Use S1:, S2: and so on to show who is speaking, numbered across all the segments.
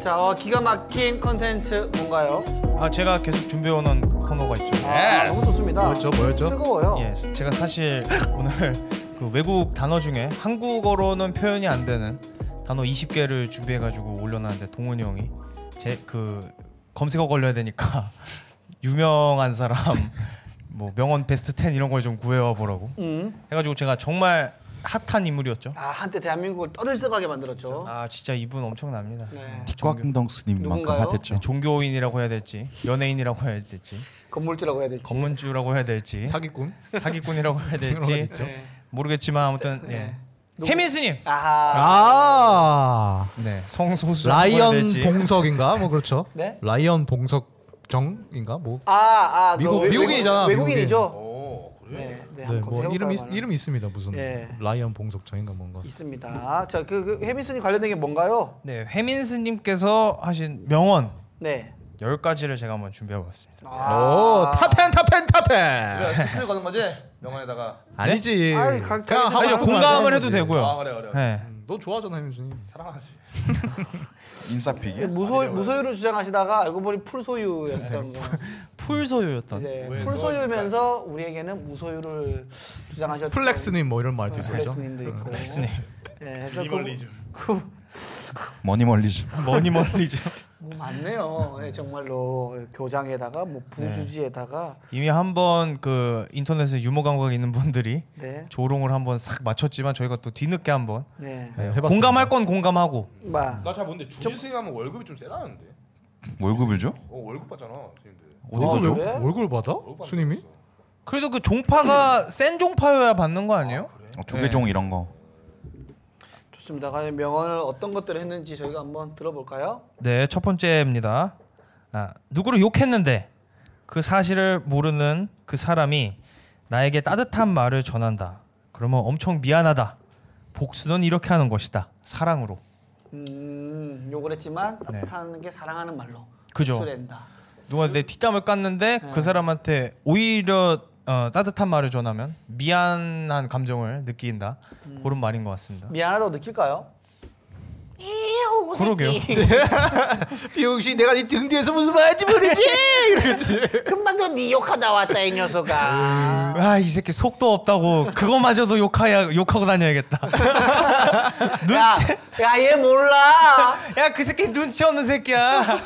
S1: 자, 어, 기가 막힌 컨텐츠 뭔가요?
S2: 아 제가 계속 준비해오는 코너가 있죠.
S1: 아, 너무 좋습니다.
S2: 뭐였죠? 뭐였죠?
S1: 뜨거워요.
S2: 예, 제가 사실 오늘 그 외국 단어 중에 한국어로는 표현이 안 되는 단어 20개를 준비해가지고 올려놨는데 동훈이 형이 제 그 검색어 걸려야 되니까 유명한 사람 뭐 명언 베스트 10 이런 걸 좀 구해와 보라고
S1: 음.
S2: 해가지고 제가 정말 핫한 인물이었죠.
S1: 아, 한때 대한민국을 떠들썩하게 만들었죠.
S2: 아 진짜 이분 엄청납니다.
S1: 어? 네.
S3: 곽동덕스님만큼
S1: 누군가요?
S3: 핫했죠.
S2: 네, 종교인이라고 해야 될지 연예인이라고 해야 될지
S1: 건물주라고 해야 될지.
S2: 검문주라고 해야
S4: 예?
S2: 될지
S4: 사기꾼?
S2: 사기꾼이라고 해야
S4: 그런
S2: 될지
S4: 거 있죠?
S1: 네.
S2: 모르겠지만 아무튼 예. 혜민 스님.
S1: 아.
S4: 아
S2: 네. 성소수
S4: 라이언
S2: 될지.
S4: 봉석인가 뭐 그렇죠.
S1: 네?
S4: 라이언 봉석정인가 뭐.
S1: 아, 아, 그
S4: 미국-
S1: 외-
S4: 미국인이잖아,
S1: 외국- 외국인이죠.
S4: 미국인.
S1: 네, 네,
S4: 네,
S1: 한번
S4: 뭐
S1: 해볼까요,
S4: 이름이
S1: 그러면?
S4: 이름 있습니다 무슨
S1: 예. 라이언
S4: 라이언 봉석정인가 뭔가.
S1: 있습니다. 자, 그, 그 혜민스님 관련된 게 뭔가요?
S2: 네, 혜민 스님께서 하신 명언
S1: 네.
S2: 10가지를 제가 한번 준비해 봤습니다. 네?
S4: 오 탑텐 탑텐 탑텐.
S5: 수술 가는 거지? 명언에다가
S4: 아니지.
S1: 아이, 각자
S4: 그냥
S1: 자기
S4: 하고
S2: 아니,
S4: 싶은
S2: 공감을
S4: 거
S2: 해도
S4: 하는 거지.
S2: 되고요.
S5: 아, 그래, 그래, 그래.
S2: 네.
S4: 음, 너 좋아하잖아 혜민수님.
S5: 사랑하지.
S4: 예,
S3: 인싸픽이야?
S1: 무소 무소유로 주장하시다가 알고 보니
S4: 네.
S1: 풀소유였던 거.
S2: 풀 소유였던.
S1: 이제 풀소유면서 우리에게는 무소유를 주장하셨던 네,
S4: 플렉스님 뭐 이런 말도 있었죠.
S1: 플렉스님도 있고.
S2: 스님.
S1: 예, 해서 그, 그,
S3: 머니멀리즘.
S2: 머니 멀리죠.
S1: 뭐 많네요. 예, 정말로 교장에다가 뭐 부주지에다가
S2: 이미 한번 그 인터넷에 유머 감각 있는 분들이
S1: 네.
S2: 조롱을 한번 싹 맞췄지만 저희가 또 뒤늦게 한번
S1: 네.
S4: 네, 해봤습니다.
S2: 공감할 건 공감하고
S1: 마.
S5: 나잘 모르는데 주지 스님 하면 월급이 좀 세다는데.
S3: 월급을 줘?
S5: 어 월급 받잖아 스님들.
S3: 어디서
S1: 와,
S3: 줘?
S1: 그래?
S4: 월급 받아?
S5: 월급
S4: 스님이?
S5: 받는 거 있어.
S2: 그래도 그 종파가 센 종파여야 받는 거 아니에요?
S3: 어,
S1: 네.
S3: 조개종 이런 거.
S1: 좋습니다. 과연 명언을 어떤 것들을 했는지 저희가 한번 들어볼까요?
S2: 네, 첫 번째입니다. 아, 누구를 욕했는데 그 사실을 모르는 그 사람이 나에게 따뜻한 말을 전한다. 그러면 엄청 미안하다. 복수는 이렇게 하는 것이다. 사랑으로.
S1: 음, 욕을 했지만 따뜻한 게 사랑하는 말로
S2: 네. 그죠.
S1: 목소리낸다.
S2: 누가 내 뒷담을 깠는데 그 사람한테 오히려 어, 따뜻한 말을 전하면 미안한 감정을 느낀다. 그런 말인 것 같습니다.
S1: 미안하다고 느낄까요?
S2: 그러게요.
S4: 비용씨 내가 네 등 뒤에서 무슨 말인지 모르지. 이러겠지.
S1: 금방도 네 욕하다 왔다 이 녀석아.
S2: 아 이 새끼 속도 없다고 그거마저도 욕하야 욕하고 다녀야겠다.
S1: 야, 야, 얘 몰라.
S2: 야 그 새끼 눈치 없는 새끼야.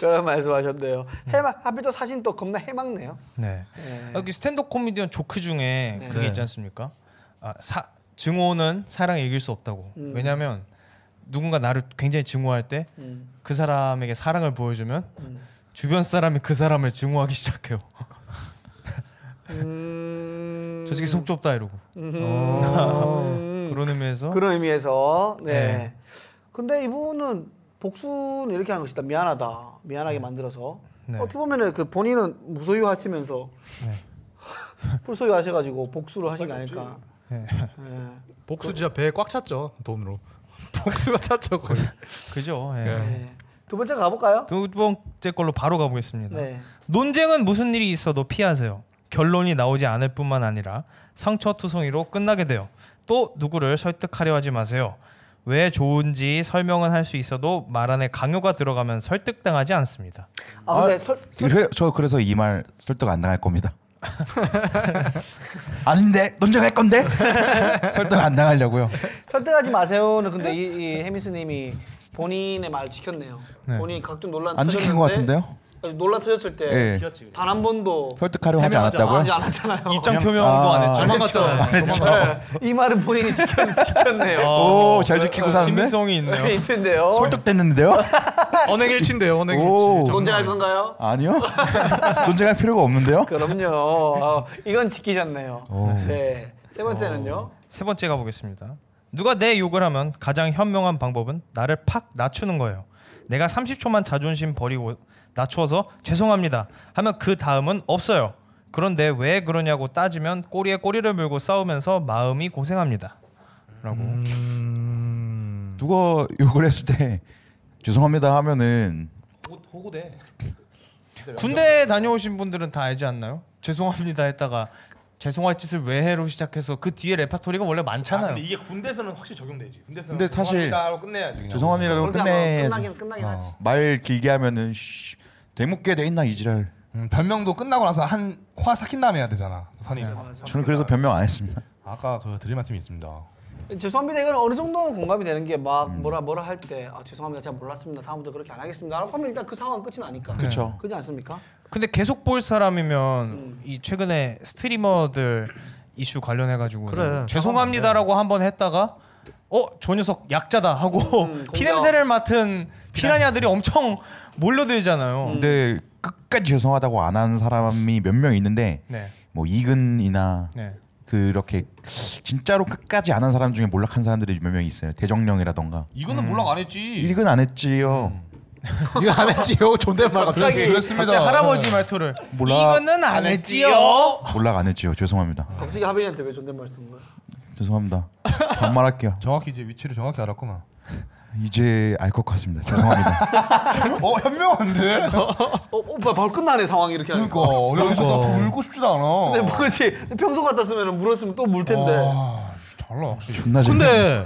S1: 그런 말씀하셨네요. 해마 하필 또 사진 또 겁나 해맑네요.
S2: 네.
S1: 네.
S2: 아, 그 스탠드업 코미디언 조크 중에 그게 있지 않습니까? 아, 사, 증오는 사랑에 이길 수 없다고. 왜냐하면 누군가 나를 굉장히 증오할 때 그
S1: 음.
S2: 사람에게 사랑을 보여주면 주변 사람이 그 사람을 증오하기 시작해요.
S1: 음...
S2: 저 새끼 속 좁다 이러고 어.
S1: 음...
S2: 그런 의미에서
S1: 그런 의미에서 네.
S2: 네.
S1: 근데 이분은 복수는 이렇게 한 것이다. 미안하다. 미안하게 만들어서
S2: 네.
S1: 어떻게 보면은 그 본인은 무소유 하시면서 풀소유 하셔가지고 복수를 하신 게 아닐까.
S2: 네.
S1: 네.
S4: 복수 진짜 배에 꽉 찼죠 돈으로. 복수가 찼죠 거의.
S2: 그죠. 예.
S1: 네. 두 번째 가볼까요?
S2: 두 번째 걸로 바로 가보겠습니다.
S1: 네.
S2: 논쟁은 무슨 일이 있어도 피하세요. 결론이 나오지 않을 뿐만 아니라 상처투성이로 끝나게 돼요. 또 누구를 설득하려 하지 마세요. 왜 좋은지 설명은 할 수 있어도 말 안에 강요가 들어가면 설득당하지 않습니다.
S1: 아 근데 설,
S3: 그래, 저 그래서 이 말 설득 안 당할 겁니다. 아닌데 논쟁할 건데 설득 안 당하려고요.
S1: 설득하지 마세요는 근데 이, 이 해미스님이 본인의 말을 지켰네요.
S2: 네.
S1: 본인이 각종 논란
S3: 안 지킨 것
S1: 터졌는데
S3: 같은데요?
S1: 아니, 논란 터졌을 때
S3: 예.
S1: 단 한 번도
S3: 설득하려 하지 않았다고요? 아,
S1: 하지 않았잖아요.
S2: 입장 표명도 안 했죠.
S4: 네,
S1: 네. 이 말은 본인이 지켰, 지켰네요.
S3: 오, 잘 지키고 사는데?
S2: 시민성이 어, 있네요.
S1: 있는데요.
S3: 아, 설득됐는데요?
S4: 언행일치인데요
S3: 오.
S4: 언행일치.
S1: 논쟁할 건가요?
S3: 아니요. 논쟁할 필요가 없는데요?
S1: 그럼요. 어, 이건 지키셨네요.
S3: 오.
S1: 네. 세 번째는요.
S3: 어.
S2: 세 번째 가보겠습니다. 누가 내 욕을 하면 가장 현명한 방법은 나를 팍 낮추는 거예요. 내가 30초만 자존심 버리고 낮추어서 죄송합니다 하면 그 다음은 없어요. 그런데 왜 그러냐고 따지면 꼬리에 꼬리를 물고 싸우면서 마음이 고생합니다. 라고.
S5: 음.
S3: 누가 욕을 했을 때 죄송합니다 하면은
S5: 호- 호구대.
S2: 군대 다녀오신 분들은 다 알지 않나요? 죄송합니다 했다가 죄송할 짓을 왜 해로 시작해서 그 뒤에 레파토리가 원래 많잖아요.
S5: 근데 이게 군대에서는 확실히 적용되지. 군대에서는
S3: 근데 사실-
S5: 죄송합니다 하고 끝내야지. 그냥.
S3: 죄송합니다라고
S1: 그렇게
S3: 끝내. 어.
S1: 하면 끝나긴 끝나긴 하지.
S3: 말 길게 하면은 쉬, 되묻게 돼 있나 이지랄.
S4: 음, 변명도 끝나고 나서 한 화 삭힌 다음에 해야 되잖아. 선이
S3: 저는 그래서 변명 안 했습니다.
S4: 아까 그 드릴 말씀이 있습니다.
S1: 죄송합니다. 이건 어느 정도는 공감이 되는 게 막
S3: 음.
S1: 뭐라 뭐라 할 때 아, 죄송합니다. 제가 몰랐습니다. 다음부터 그렇게 안 하겠습니다라고 하면 일단 그 상황은 끝이 나니까.
S3: 그쵸.
S1: 그렇지 않습니까?
S2: 근데 계속 볼 사람이면 이 최근에 스트리머들 이슈 관련해 가지고
S6: 그래,
S2: 죄송합니다라고 한 번 했다가 어 저 녀석 약자다 하고 피냄새를 맡은 피라냐들이 엄청 몰려들잖아요.
S3: 근데 끝까지 죄송하다고 안 하는 사람이 몇 명 있는데
S2: 네,
S3: 뭐 이근이나
S2: 네.
S3: 그렇게 진짜로 끝까지 안 한 사람 중에 몰락한 사람들이 몇 명 있어요. 대정령이라던가.
S4: 이거는
S5: 음.
S4: 몰락 안 했지.
S3: 이근 안 했지요.
S4: 이거 안 했지요. 존댓말 갑자기.
S2: 갑자기 할아버지 말투를
S3: 몰라.
S2: 이거는 안 했지요.
S3: 몰락 안 했지요. 죄송합니다.
S1: 갑자기 하빈이한테 왜 존댓말 쓰는 거야?
S3: 죄송합니다. 반말할게요.
S4: 정확히 이제 위치를 정확히 알았구만.
S3: 이제 알 것 같습니다. 죄송합니다.
S4: 어 현명한데.
S1: 어, 오빠 벌 끝나네 상황이 이렇게 하니까.
S4: 그러니까 여기서 그러니까. 나더 울고 싶지도
S3: 그러니까.
S4: 않아.
S1: 근데 뭐지? 평소 같았으면 물었으면 또 물 텐데.
S3: 어.
S4: 아, 달라 확실히.
S3: 존나 재밌
S6: 근데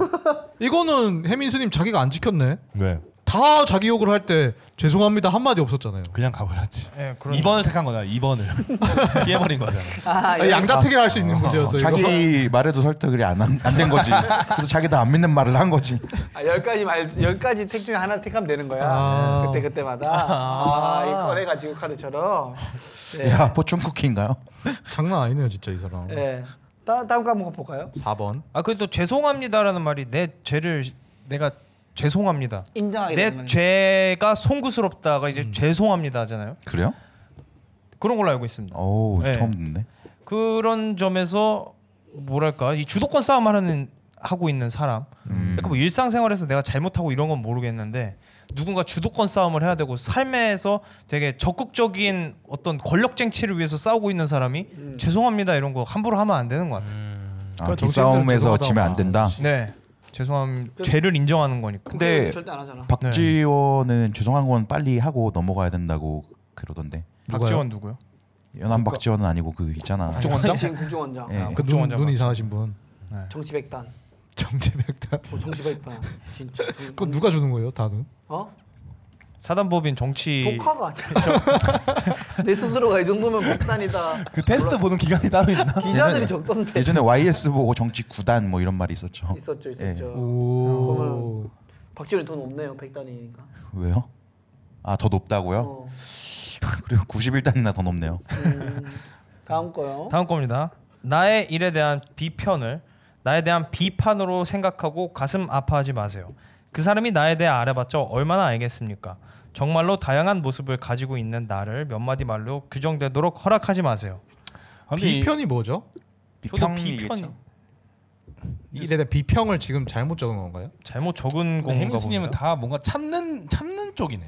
S6: 이거는 해민수님 자기가 안 지켰네.
S4: 네.
S6: 다 자기 욕을 할 때 죄송합니다 한 마디 없었잖아요.
S4: 예, 그냥 가버렸지.
S2: 네, 그런
S4: 2번을 택한 거다. 2번을 피해버린 거잖아.
S1: 아,
S6: 아, 양자택일 할 수 있는 문제였어 이거.
S3: 자기 말에도 설득이 안된 거지. 그래서 자기도 안 믿는 말을 한 거지.
S1: 아, 열 가지 말, 열 가지 택 중에 하나를 택하면 되는 거야.
S6: 아.
S1: 그때 그때마다. 아, 이 꺼내가지고 카드처럼. 예.
S3: 야 보충 쿠키인가요?
S6: 장난 아니네요 진짜 이 사람.
S1: 예. 다, 다음 거 한번 볼까요?
S6: 4번.
S2: 아 그래도 죄송합니다라는 말이 내 죄를 내가 죄송합니다.
S1: 인정하게 되는
S2: 내
S1: 거네.
S2: 죄가 송구스럽다가 이제 죄송합니다잖아요.
S3: 그래요?
S2: 그런 걸로 알고 있습니다.
S3: 오
S2: 네.
S3: 처음 듣네.
S2: 그런 점에서 뭐랄까 이 주도권 싸움을 하는 하고 있는 사람.
S6: 음.
S2: 약간 뭐 일상생활에서 내가 잘못하고 이런 건 모르겠는데 누군가 주도권 싸움을 해야 되고 삶에서 되게 적극적인 어떤 권력쟁취를 위해서 싸우고 있는 사람이 죄송합니다 이런 거 함부로 하면 안 되는 것 같아요.
S3: 아,
S6: 그러니까
S3: 이
S6: 정치인들은
S3: 싸움에서
S6: 죄송하다고
S3: 지면 안 된다.
S6: 음.
S2: 네, 죄송함 죄를 인정하는 거니까.
S3: 근데
S1: 절대 안 하잖아.
S3: 박지원은 죄송한 건 빨리 하고 넘어가야 된다고 그러던데.
S6: 누가요?
S2: 박지원 누구요?
S3: 연안 박지원은 아니고 그 있잖아.
S6: 국정원장?
S1: 지금 국정원장.
S3: 예.
S6: 눈,
S2: 국정원장.
S6: 아, 눈 이상하신 분.
S1: 정치백단.
S6: 정재백단.
S1: 저 정치백단. 진짜. 정-
S6: 그거 누가 주는 거예요 다는?
S1: 어?
S2: 사단법인 정치
S1: 독화가 아니야. 내 스스로가 이 정도면 목산이다.
S4: 그 테스트 보는 기간이 따로 있나?
S3: 네.
S1: 기자들이 적던데.
S3: 예전에 YS 보고 정치 구단 뭐 이런 말이 있었죠.
S1: 있었죠, 있었죠.
S6: 오.
S1: 박지원이 돈 없네요, 백단이니까.
S3: 왜요? 아 더 높다고요?
S1: 어.
S3: 그리고 91단이나 더 높네요.
S1: 음. 다음 거요.
S2: 다음 겁니다. 나의 일에 대한 비편을 나에 대한 비판으로 생각하고 가슴 아파하지 마세요. 그 사람이 나에 대해 알아봤자 얼마나 알겠습니까? 정말로 다양한 모습을 가지고 있는 나를 몇 마디 말로 규정되도록 허락하지 마세요.
S6: 비편이 뭐죠?
S2: 저도
S3: 비평이겠죠.
S6: 이에 대 비평을 지금 잘못 적은 건가요?
S2: 잘못 적은
S4: 혜민
S2: 건가
S4: 수님은
S2: 보네요. 어,
S4: 다 뭔가 참는 참는 쪽이네.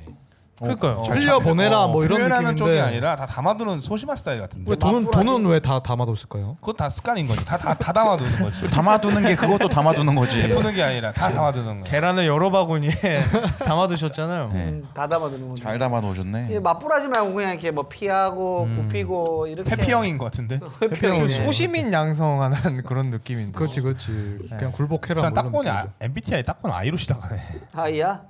S2: 그러니까요.
S4: 어,
S6: 흘려 보내라 뭐 이런
S4: 표현하는 어, 쪽이
S6: 느낌인데.
S4: 아니라 다 담아두는 소심한 스타일
S1: 네.
S4: 같은데.
S6: 왜 돈은 돈은 왜 다 담아뒀을까요?
S4: 그건 다 습관인 거지. 다 다 다 담아두는 거지.
S3: 담아두는 게 그것도 담아두는 거지.
S7: 네.
S4: 푸는 게 아니라 다 담아두는 거.
S2: 계란을 여러 바구니에 담아두셨잖아요.
S3: 네.
S1: 음, 다 담아두는 건데.
S3: 잘 담아놓으셨네.
S1: 예, 맞불하지 말고 그냥 이렇게 뭐 피하고
S6: 음.
S1: 굽히고 이렇게.
S4: 태피형인 것 같은데.
S2: 좀
S1: 태평이네.
S2: 소시민 양성하는 그런 느낌인데.
S6: 그렇지
S1: 뭐.
S6: 그렇지. 그냥 굴복해라. 뭐
S4: 딱
S6: 이런
S4: 보니 아,
S6: 느낌이죠.
S4: MBTI 딱 보니 아이로 시작하네.
S1: 아이야.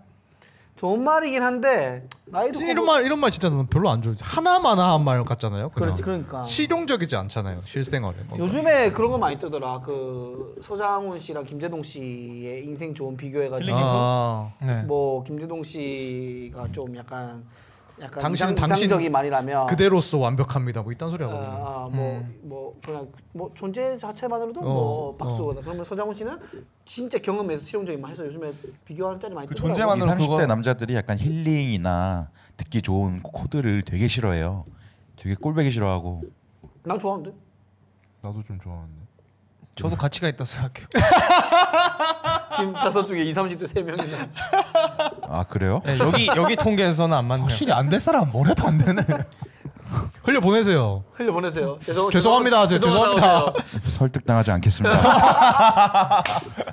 S1: 좋은 말이긴 한데 나이도
S6: 진짜 이런 말 이런 말 진짜 난 별로 안 좋아. 하나만한 말 같잖아요. 그냥.
S1: 그렇지 그러니까.
S6: 실용적이지 않잖아요. 실생활에. 뭐. 뭔가.
S1: 요즘에 그런 거 많이 뜨더라. 그 서장훈 씨랑 김재동 씨의 인생 좋은 비교해가지고
S6: 아,
S2: 네.
S1: 뭐 김재동 씨가 좀 약간 약간
S6: 당신은
S1: 이상,
S6: 당신
S1: 이상적인 말이라면
S6: 그대로서 완벽합니다. 뭐 이딴 소리 하거든요.
S1: 아, 뭐뭐 그냥 뭐 존재 자체만으로도
S6: 어,
S1: 뭐
S6: 어.
S1: 박수거나 그러면 서장훈 씨는 진짜 경험에서 실용적인 말 해서 요즘에 비교하는 짤이 많이
S4: 그
S1: 뜨더라고.
S4: 존재만-
S3: 20, 뭐 30대 남자들이 약간 힐링이나 듣기 좋은 코드를 되게 싫어해요. 되게 꼴배기 싫어하고.
S1: 난 좋아하는데.
S4: 나도 좀 좋아하는데.
S2: 저도 가치가 있다 생각해요.
S1: 지금 다섯 중에 2, 30대 세 명이나.
S3: 아 그래요?
S2: 네, 여기 여기 통계에서는 안 맞네요.
S4: 확실히 안 될 사람 뭐래도 안 되네.
S6: 흘려 보내세요.
S1: 흘려 보내세요. 죄송,
S6: 죄송합니다 하세요. 죄송합니다.
S1: 하세요.
S3: 설득당하지 않겠습니다.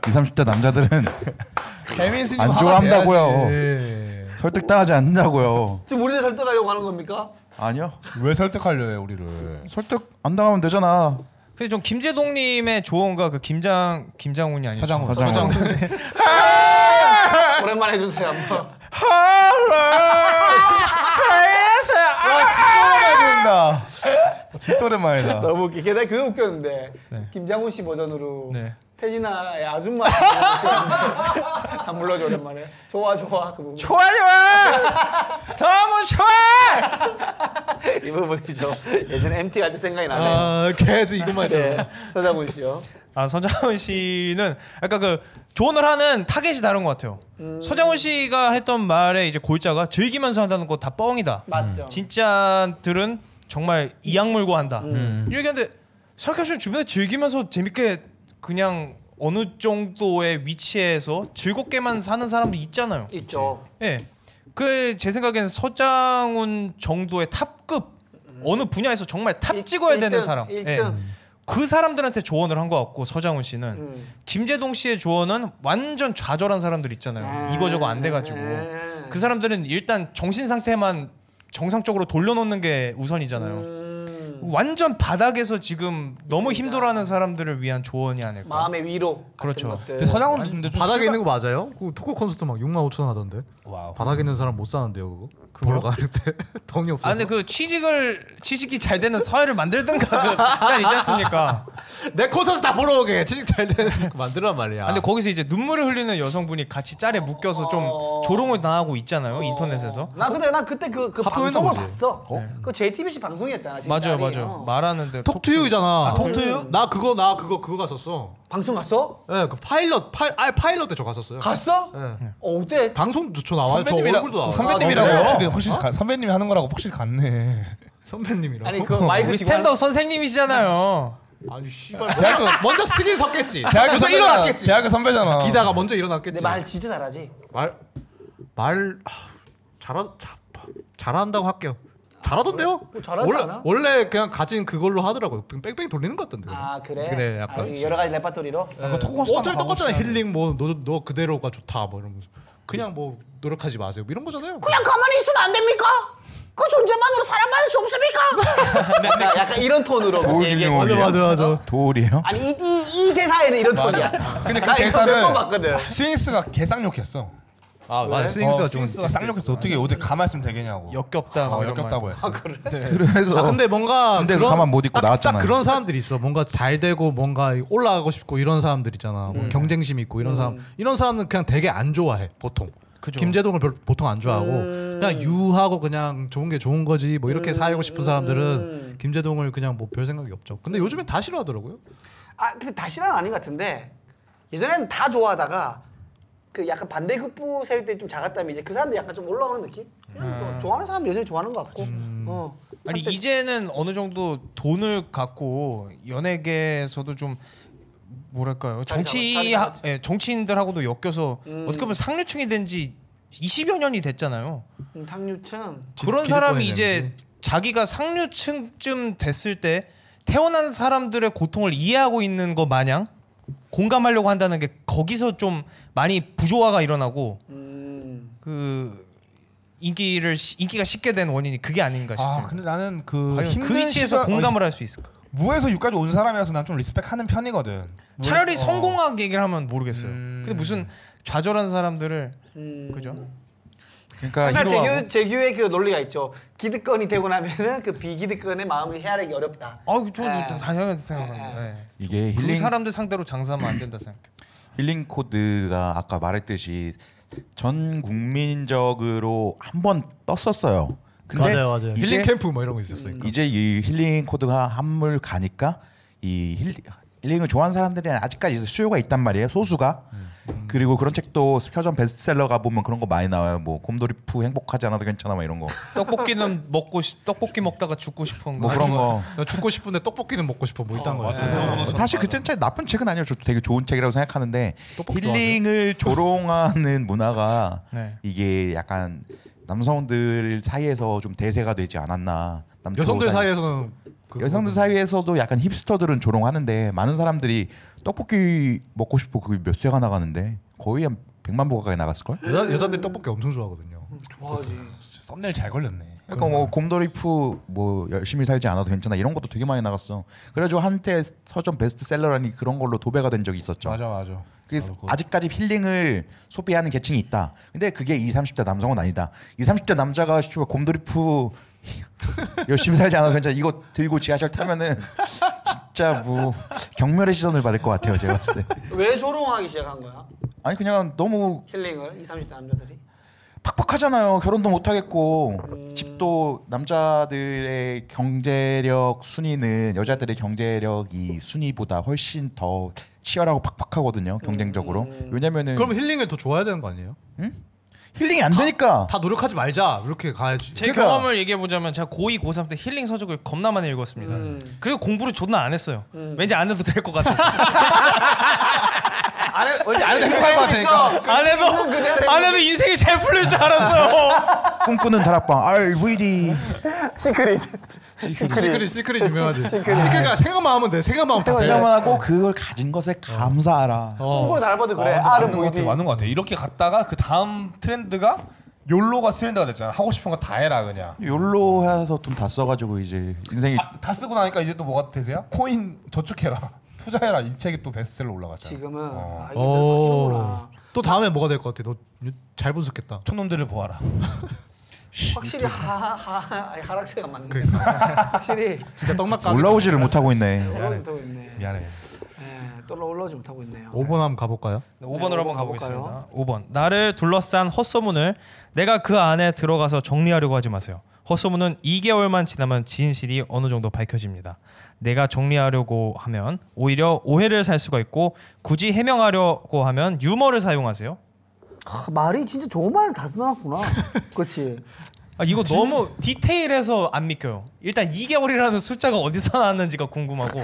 S3: 20, 30대 남자들은
S4: 혜민 수님
S3: 안
S4: 화가
S3: 좋아한다고요.
S6: 예.
S3: 설득당하지 않는다고요.
S1: 지금 우리네 설득하려고 하는 겁니까?
S3: 아니요.
S4: 돼야지. 왜 설득하려 해 우리를?
S3: 설득 안 당하면 되잖아.
S2: 근데 좀 김재동님의 조언과 그 김장 김장훈이 네. 아니죠?
S6: 서장훈.
S3: 서장훈.
S1: 오랜만에 해주세요 한번.
S6: 해야 된다. 진짜 오랜만이다.
S1: 너무 웃기. 게다가 그거 웃겼는데
S6: 네.
S1: 김장훈 씨 버전으로
S2: 네.
S1: 태진아의 아줌마 안 불러줘 오랜만에. 좋아 좋아 그 부분.
S2: 좋아 좋아 너무 좋아
S1: 이 부분이 죠 예전에 MT 할 때 생각이 나네요.
S6: 아, 계속 이것만
S1: 네, 서장훈 씨요.
S2: 아 서장훈 씨는 약간 그 조언을 하는 타겟이 다른 것 같아요 서장훈 씨가 했던 말에 이제 골자가 즐기면서 한다는 거 다 뻥이다
S1: 맞죠.
S2: 진짜들은 음. 정말 이악물고 한다 이렇게 하는데 생각해보시면 주변에 즐기면서 재밌게 그냥 어느 정도의 위치에서 즐겁게만 사는 사람도 있잖아요
S1: 있죠.
S6: 네.
S2: 예. 그 제 생각엔 서장훈 정도의 탑급 어느 분야에서 정말 탑 찍어야 되는
S1: 일등,
S2: 사람. 예.
S1: 일등.
S2: 그 사람들한테 조언을 한 것 같고 서장훈 씨는
S1: 음.
S2: 김재동 씨의 조언은 완전 좌절한 사람들 있잖아요. 이거 저거 안 돼가지고
S1: 음.
S2: 그 사람들은 일단 정신 상태만 정상적으로 돌려놓는 게 우선이잖아요.
S1: 음,
S2: 완전 바닥에서 지금 너무 힘들어하는 사람들을 위한 조언이 아닐까.
S1: 마음의 위로 같은
S2: 그렇죠.
S1: 것들.
S6: 근데 서장훈 근데
S4: 바닥에
S6: 좀 바닥에 있는 거 맞아요? 그 토크 콘서트 막 6만 5천 원 하던데.
S3: 와우.
S6: 바닥에 있는 사람 못 사는데요 그거. 그 보러 가는때 돈이 없어.
S2: 아 근데 그 취직을 취직이 잘 되는 사회를 만들든가 그짤 있지 않습니까?
S6: 내 콘서트 다 보러 오게. 취직 잘 되는 거 만들란 말이야.
S2: 아, 근데 거기서 이제 눈물을 흘리는 여성분이 같이 짤에 묶여서 좀
S1: 어.
S2: 조롱을 당하고 있잖아요 인터넷에서
S1: 나 근데 나 그때 그, 그
S6: 하프맨은
S1: 방송을
S6: 뭐지?
S1: 봤어. 그 JTBC 방송이었잖아. 지금
S2: 맞아요
S1: 딸이.
S2: 맞아요
S1: 어.
S2: 말하는데
S6: 톡투유잖아.
S2: 아,
S6: 톡투유? 나 그거 나 그거 그거 갔었어.
S1: 방송 갔어?
S6: 예, 그 파일럿 파일 아 파일럿 때 저 갔었어요.
S1: 갔어?
S6: 예.
S1: 어, 어때?
S6: 방송도 저 나와요. 저
S7: 선배님이라-
S6: 얼굴도 나와요. 어?
S7: 선배님이라고
S1: 아,
S7: 확실히, 확실히 가- 선배님이 하는 거라고 확실히 갔네.
S6: 선배님이라고.
S1: 아니 그 마이크
S2: 우리
S1: 지금 하는-
S2: 스탠드업 선생님이시잖아요
S6: 아니 씨발 먼저, 먼저 쓰긴 섰겠지.
S7: 대학교
S6: 먼저
S7: 선배잖아.
S6: 일어났겠지.
S7: 대학교 선배잖아.
S6: 기다가 먼저 일어났겠지.
S1: 내말 진짜 잘하지.
S6: 말말 잘한 자- 잘한다고 할게요. 잘하던데요?
S1: 뭐 잘하지
S6: 원래
S1: 않아?
S6: 원래 그냥 가진 그걸로 하더라고요. 그냥 뺑뺑이 돌리는 것 같던데.
S1: 아 그래.
S6: 그래
S1: 아,
S6: 약간.
S1: 여러 가지 레파토리로.
S7: 네,
S6: 예,
S7: 토크콘서트
S6: 어쩔
S7: 한번 가고
S6: 똑같잖아.
S7: 싶다.
S6: 힐링 뭐 너 너 그대로가 좋다 뭐 이러면서 그냥 뭐 노력하지 마세요. 뭐 이런 거잖아요.
S8: 그냥 가만히 있으면 안 됩니까? 그 존재만으로 사랑받을 수 없습니까?
S1: 약간, 약간 이런 톤으로
S3: 도울
S1: 얘기해.
S3: 유명원이야.
S6: 맞아.
S3: 도울이에요?
S1: 아니 이, 이, 이 대사에는 이런 톤이야.
S7: 근데 그
S1: 나 이거 몇번
S7: 대사를
S1: 봤거든.
S7: 스윙스가 개쌍욕했어.
S6: 아 맞아.
S7: 스윙스가,
S6: 스윙스가 좀
S7: 쌍욕했어. 어떻게 어디 가만 있으면 되겠냐고.
S2: 역겹다
S7: 어,
S2: 뭐 이런
S7: 역겹다고
S2: 말.
S7: 했어.
S3: 그래서
S6: 아 근데 뭔가
S3: 군대에서 가만 못 있고
S6: 딱,
S3: 나왔잖아요.
S6: 딱 그런 사람들이 있어. 뭔가 잘 되고 뭔가 올라가고 싶고 이런 사람들 있잖아.
S3: 음.
S6: 뭐 경쟁심 있고 이런 사람. 이런 사람은 그냥 되게 안 좋아해 보통. 김재동을 별로 보통 안 좋아하고
S3: 음.
S6: 그냥 유하고 그냥 좋은 게 좋은 거지 뭐 이렇게 살고 싶은
S3: 음.
S6: 사람들은 김재동을 그냥 뭐 별 생각이 없죠. 근데 요즘엔 다 싫어하더라고요.
S1: 아 근데 다시는 아닌 것 같은데 예전에는 다 좋아하다가 그 약간 반대급부 세일 때좀 작았다면 이제 그 사람들 약간 좀 올라오는 느낌? 음. 좋아하는 사람 여전히 좋아하는 것 같고. 어.
S2: 아니 이제는 어느 정도 돈을 갖고 연예계에서도 좀 뭐랄까요
S1: 자리
S2: 정치
S1: 잡아- 자리
S2: 하-
S1: 잡았지.
S2: 예, 정치인들하고도 엮여서 어떻게 보면 상류층이 된 지 20여 년이 됐잖아요.
S1: 음, 탕류층.
S2: 그런
S6: 기득권이
S2: 사람이
S6: 되는
S2: 이제 자기가 상류층쯤 됐을 때 태어난 사람들의 고통을 이해하고 있는 거 마냥 공감하려고 한다는 게 거기서 좀 많이 부조화가 일어나고
S1: 음.
S2: 그 인기를 시- 인기가 쉽게 된 원인이 그게 아닌가
S7: 아
S2: 싶습니다.
S7: 근데 나는 그
S2: 과연
S7: 힘든
S2: 그 위치에서
S7: 시간-
S2: 공감을 할 수 있을까?
S7: 아니, 무에서 육까지 온 사람이라서 난 좀 리스펙하는 편이거든.
S2: 차라리
S7: 어. 음.
S2: 성공하게 얘기를 하면 모르겠어요. 근데 무슨 좌절한 사람들을
S1: 음.
S2: 그죠?
S3: 그러니까
S1: 항상 제규
S3: 희로하고
S1: 제규의 그 논리가 있죠. 기득권이 되고 나면은 그 비기득권의 마음을 헤아리기 어렵다.
S2: 아우 저도
S1: 네.
S2: 다 다양하게 생각합니다. 예.
S3: 이게
S2: 그
S3: 힐링
S2: 사람들 상대로 장사하면 안 된다 생각. 해요
S3: 힐링 코드가 아까 말했듯이 전 국민적으로 한 번 떴었어요. 근데
S6: 맞아요, 맞아요.
S3: 이제-
S6: 힐링 캠프 뭐 이런 거 있었으니까.
S3: 이제 이 힐링 코드가 한물 가니까 이 힐링, 힐링을 좋아하는 사람들이 아직까지 수요가 있단 말이에요. 소수가.
S6: 음.
S3: 그리고 그런 책도 표전 베스트셀러 가 보면 그런 거 많이 나와요. 뭐 곰돌이푸 행복하지 않아도 괜찮아 막 이런 거.
S2: 떡볶이는 먹고 싶, 떡볶이 먹다가 죽고 싶은 거.
S3: 뭐 그런 거.
S6: 나 죽고 싶은데 떡볶이는 먹고 싶어 뭐
S3: 네.
S6: 이딴 거였어.
S3: 사실 그 책은 나쁜 책은 아니에요. 저 되게 좋은 책이라고 생각하는데
S6: 떡볶이
S3: 힐링을 조롱하는 문화가
S2: 네.
S3: 이게 약간 남성들 사이에서 좀 대세가 되지 않았나. 남초
S6: 여성들
S3: 사이-
S6: 사이에서는 그거-
S3: 여성들 사이에서도 약간 힙스터들은 조롱하는데 많은 사람들이 떡볶이 먹고 싶어 그게 몇 세가 나가는데 거의 한 100만 부 가까이 나갔을 걸? 네.
S6: 여자, 여자들이 떡볶이 엄청 좋아하거든요.
S1: 좋아하지.
S7: 썸네일 잘 걸렸네.
S3: 그러니까 뭐 곰돌이프 뭐 열심히 살지 않아도 괜찮아 이런 것도 되게 많이 나갔어. 그래가지고 한때 서점 베스트셀러라니 그런 걸로 도배가 된 적이 있었죠.
S7: 맞아 맞아.
S3: 그게
S7: 나도 그거-
S3: 아직까지 힐링을 소비하는 계층이 있다. 근데 그게 20, 30대 남성은 아니다. 20, 30대 남자가 씨발 곰돌이프 열심히 살지 않아도 괜찮아. 이거 들고 지하철 타면은 진짜 뭐 경멸의 시선을 받을 것 같아요. 제가 봤을 때.
S1: 왜 조롱하기 시작한 거야?
S3: 아니 그냥 너무
S1: 힐링을 20, 30대 남자들이.
S3: 팍팍하잖아요. 결혼도 못 하겠고 집도 남자들의 경제력 순위는 여자들의 경제력이 순위보다 훨씬 더 치열하고 팍팍하거든요. 경쟁적으로. 왜냐면은
S6: 그럼 힐링을 더 좋아야 되는 거 아니에요?
S3: 힐링이 안 되니까.
S6: 다 노력하지 말자 이렇게 가야지.
S2: 제
S3: 그러니까.
S2: 경험을 얘기해 보자면 제가 고2 고3 때 힐링 서적을 겁나 많이 읽었습니다.
S5: 음.
S2: 그리고 공부를 존나 안 했어요. 왠지 안 해도 될 것 같아서.
S5: 안 해, 어디 안 해도
S7: 행복할 것 같으니까.
S2: 안 해도 안 해도 인생이 잘 풀릴 줄 알았어요.
S3: 꿈꾸는 다락방 아, RVD
S6: 시크릿 그 시크릿 유명하지. 시크릿가 생각만 하면 돼. 생각만 하면 다 돼.
S3: 생각만 하고 그걸 가진 것에 감사하라.
S6: 어.
S1: 그걸 네, 달아봐도 그래.
S7: 아,
S1: R은
S7: 맞는 것 같아.
S1: VD.
S7: 맞는 것 같아. 이렇게 갔다가 그 다음 트렌드가 욜로가 트렌드가 됐잖아. 하고 싶은 거 다 해라 그냥.
S3: 욜로 해서 돈 다 써가지고 이제 인생이
S7: 아, 다 쓰고 나니까 이제 또 뭐가 되세요? 코인 저축해라. 투자해라. 이 책이 또 베스트셀러 올라갔잖아.
S1: 지금은 아, 이게
S6: 오.
S1: 막히는구나.
S6: 또 다음에 뭐가 될 것 같아? 너 잘 분석했다.
S7: 촌놈들을 보아라.
S1: 확실히 하하 아니, 하락세가 맞는 데 확실히
S6: 진짜 떡맛 가.
S3: 올라오지를 못하고 있네.
S1: 올라오지 못하고 있네.
S7: 미안해.
S1: 예, 또 올라오지 못하고 있네요.
S6: 5번 한번 가볼까요?
S2: 5번으로
S1: 네,
S2: 한번
S1: 가볼까요?
S2: 가보겠습니다. 5번. 나를 둘러싼 헛소문을 내가 그 안에 들어가서 정리하려고 하지 마세요. 헛소문은 2개월만 지나면 진실이 어느 정도 밝혀집니다. 내가 정리하려고 하면 오히려 오해를 살 수가 있고 굳이 해명하려고 하면 유머를 사용하세요.
S1: 크, 아, 말이 진짜 좋은 말을 다 써놨구나. 그렇지.
S2: 아, 이거 너무 디테일해서 안 믿겨요. 일단 2개월이라는 숫자가 어디서 나왔는지가 궁금하고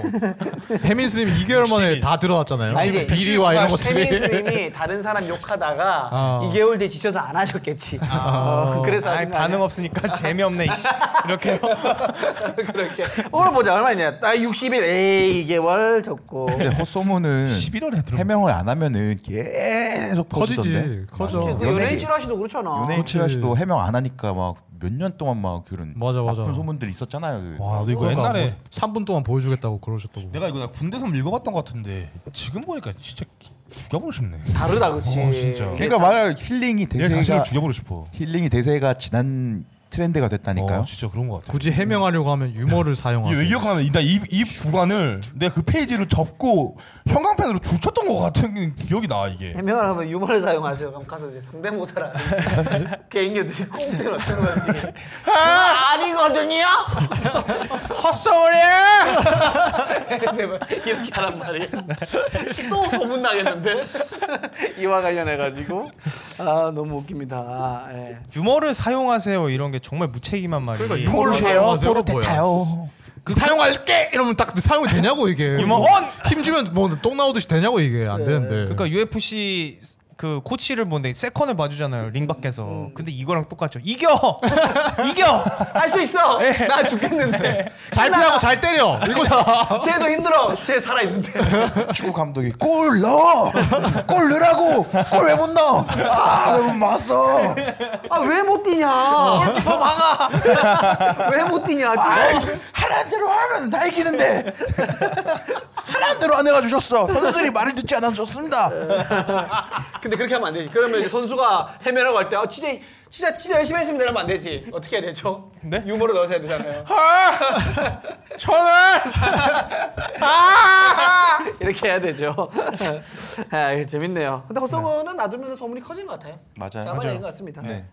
S6: 해민스님 2개월 만에 다 들어왔잖아요.
S1: 아니지.
S6: 비리와 이런
S1: 태민
S6: 것들이.
S1: 스님이 다른 사람 욕하다가
S6: 어.
S1: 2개월 뒤에 지쳐서 안 하셨겠지. 어, 그래서
S2: 아니,
S1: 하신 거 아니야?
S2: 반응 없으니까 재미없네 이씨. 이렇게
S1: 그렇게. 오늘 보자 얼마 있냐? 나 60일 에이 2개월 적고. 그
S3: 근데 헛소문은
S7: 11월에 들어.
S3: 해명을 안 하면은 계속 퍼지던데.
S6: 커지지. 커져.
S1: 그 연예인 찌라시도 그렇잖아.
S3: 연예인 칠하시도 해명 안 하니까 막 몇 년 동안 막 그런
S6: 맞아, 맞아.
S3: 나쁜 소문들 있었잖아요.
S7: 와, 너 이거
S6: 그러니까
S7: 옛날에
S6: 뭐 3분 동안 보여주겠다고 그러셨다고.
S7: 내가 이거 나 군대에서 한번 읽어봤던 것 같은데 지금 보니까 진짜 기- 죽여버리고 싶네.
S1: 다르다 그렇지.
S7: 어, 진짜.
S3: 그러니까 말야 힐링이
S7: 내 자신을
S3: 대세가
S7: 죽여버리고 싶어.
S3: 힐링이 대세가 지난 트렌드가 됐다니까요.
S7: 어, 진짜 그런 것 같아.
S6: 굳이 해명하려고 하면 유머를
S7: 이
S6: 사용하세요.
S7: 외격하면 나이이 이 구간을 내가 그 페이지를 접고 형광펜으로 줄 쳤던 것 같은 기억이 나 이게.
S1: 해명을 하면 유머를 사용하세요. 그럼 가서 이제 성대모사를 하는 개인기들이 꽁트를 어떤 건지. 아, 아니거든요.
S2: 헛소리야.
S1: 근데 막 이렇게 하란 말이야. 또 소문 나겠는데? 이와 관련해 가지고 아 너무 웃깁니다. 예.
S2: 유머를 사용하세요 이런 게 정말 무책임한 말이.
S6: 그러니까
S2: 유
S6: 유머를 사용하세요. 뭐야?
S3: 포르테타요.
S6: 그 사용할게 이러면 딱 사용이 되냐고 이게.
S2: 유머
S6: 뭐
S2: 원!
S6: 힘 주면 뭐 똥 나오듯이 되냐고 이게 안 되는데.
S2: 그러니까 UFC 그 코치를 보는데 세컨을 봐주잖아요 링 밖에서. 근데 이거랑 똑같죠. 이겨 이겨.
S1: 할 수 있어. 나 죽겠는데.
S6: 잘 피하고 잘 때려. 이거잖아.
S1: 쟤도 힘들어. 쟤 살아 있는데.
S3: 축구 감독이 골 넣어. 골 넣으라고. 골 왜 못 넣어? 아, 왜 못 맞어.
S1: 아 왜 못 뛰냐? 골키퍼 막아. 왜 못 뛰냐?
S3: 아이, 하라는 대로 하면 다 이기는데. 하라는 대로 안 해가지고 졌어. 선수들이 말을 듣지 않아서 졌습니다.
S1: 근데 그렇게 하면 안 되지. 그러면 이제 선수가 해면하고 할 때, 아, 진짜, 진짜, 진짜 열심히 했으면 되면 안 되지. 어떻게 해야 되죠?
S2: 네?
S1: 유머를 넣으셔야 되잖아요. 천을! 이렇게 해야 되죠. 아, 이게 재밌네요. 근데 헛소문은 놔두면 소문이 커진 것 같아요.
S3: 맞아요.
S1: 맞아요. 맞아요. 것 같습니다. 네.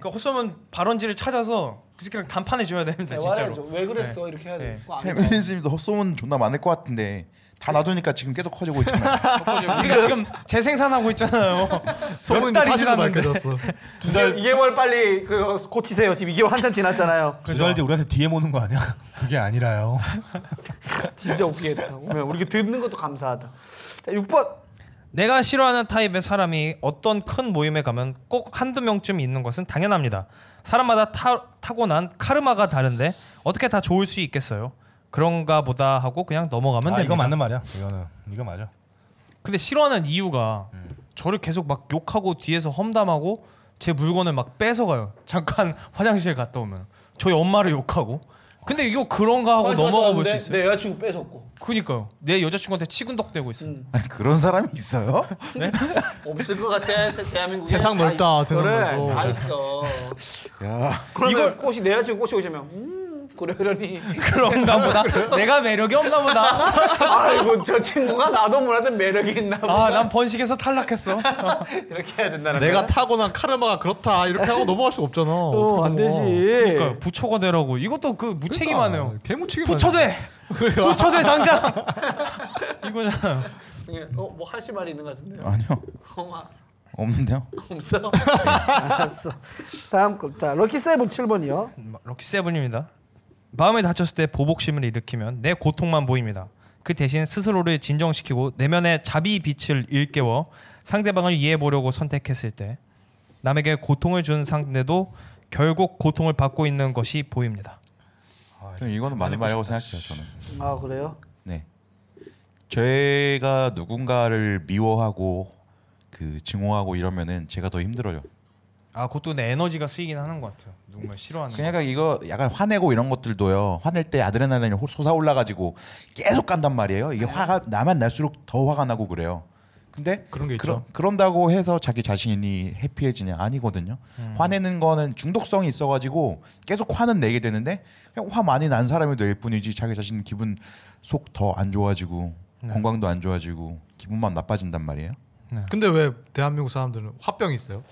S2: 그 헛소문 발언지를 찾아서 그 새끼랑 단판해 줘야 됩니다
S1: 진짜로.
S2: 네, 진짜로.
S1: 왜 그랬어? 이렇게 해야
S2: 네.
S1: 돼.
S3: 아,
S1: 그거 안 해요.
S3: 해민스님도 헛소문 존나 많을 것 같은데 다 놔두니까 지금 계속 커지고 있잖아요.
S2: 우리가 지금 재생산하고 있잖아요.
S6: 소문이
S2: 몇 달이
S6: 사실로
S2: 지났는데.
S6: 밝혀졌어.
S1: 이게- 2개월 빨리 그 고치세요. 지금 2개월 한참 지났잖아요.
S7: 두달 뒤에 우리한테 DM 오는 거 아니야? 그게 아니라요.
S1: 진짜 웃기겠다. 오늘 네, 우리 이렇게 듣는 것도 감사하다. 자, 6번.
S2: 내가 싫어하는 타입의 사람이 어떤 큰 모임에 가면 꼭 한두 명쯤 있는 것은 당연합니다. 사람마다 타, 타고난 카르마가 다른데 어떻게 다 좋을 수 있겠어요? 그런가 보다 하고 그냥 넘어가면
S7: 아,
S2: 됩니다.
S7: 이거 맞는 말이야. 이거는 이거 맞아.
S2: 근데 싫어하는 이유가
S7: 음.
S2: 저를 계속 막 욕하고 뒤에서 험담하고 제 물건을 막 뺏어가요. 잠깐 화장실 갔다 오면 저희 엄마를 욕하고. 근데 이거 그런가
S1: 아,
S2: 하고 넘어가 볼 수 있어요.
S1: 네, 내 여자친구 뺏었고
S2: 그니까요. 내 여자친구한테 치근덕대고 있어요.
S3: 아니, 그런 사람이 있어요?
S1: 없을 것 같아 세- 대한민국에
S6: 세상 넓다, 세상
S1: 그래,
S6: 넓고.
S1: 다 있어
S3: 야,
S1: 그러면 꽃이 내 여자친구 꽃이 오자면 음 그러려니
S2: 그런가 보다. 내가 매력이 없나 보다.
S1: 아이고 저 친구가 나도 몰랐던 매력이 있나 보다
S2: 아, 난 번식에서 탈락했어.
S1: 이렇게 해야 된다는
S6: 내가 타고난 카르마가 그렇다 이렇게 하고 넘어갈 수 없잖아.
S5: 어, 안 되지.
S2: 그러니까 부처가 되라고. 이것도 그 무책임하네요.
S6: 아,
S2: 어,
S6: 개무치게
S2: 부처돼. 부처돼 당장. 이거잖아요.
S1: 어뭐 하실 말이 있는 것 같은데요
S3: 아니요.
S1: 어, 아,
S3: 없는데요.
S1: 없어
S4: 알았어. 다음 거. 자, 럭키 세븐 7번이요.
S2: 럭키 세븐입니다. 마음에 다쳤을 때 보복심을 일으키면 내 고통만 보입니다. 그 대신 스스로를 진정시키고 내면의 자비 빛을 일깨워 상대방을 이해해 보려고 선택했을 때 남에게 고통을 준 상대도 결국 고통을 받고 있는 것이 보입니다.
S3: 저는 아, 이거는 많은 말이라고 생각해요. 저는.
S4: 아, 그래요?
S3: 네. 제가 누군가를 미워하고 그 증오하고 이러면은 제가 더 힘들어요.
S2: 아, 그것도 내 에너지가 쓰이긴 하는 것 같아요. 누군가 싫어하는.
S3: 그러니까 이거 약간 화내고 이런 것들도요. 화낼 때 아드레날린이 호- 솟아올라가지고 계속 간단 말이에요.
S6: 네.
S3: 이게 화가 나만 날수록 더 화가 나고 그래요. 근데
S6: 그런 게 있죠.
S3: 런다고 해서 자기 자신이 해피해지냐 아니거든요.
S6: 음.
S3: 화내는 거는 중독성이 있어가지고 계속 화는 내게 되는데 그냥 화 많이 난 사람이 될 뿐이지 자기 자신 기분 속 더 안 좋아지고
S6: 네.
S3: 건강도 안 좋아지고 기분만 나빠진단 말이에요.
S2: 네.
S6: 근데 왜 대한민국 사람들은 화병이 있어요?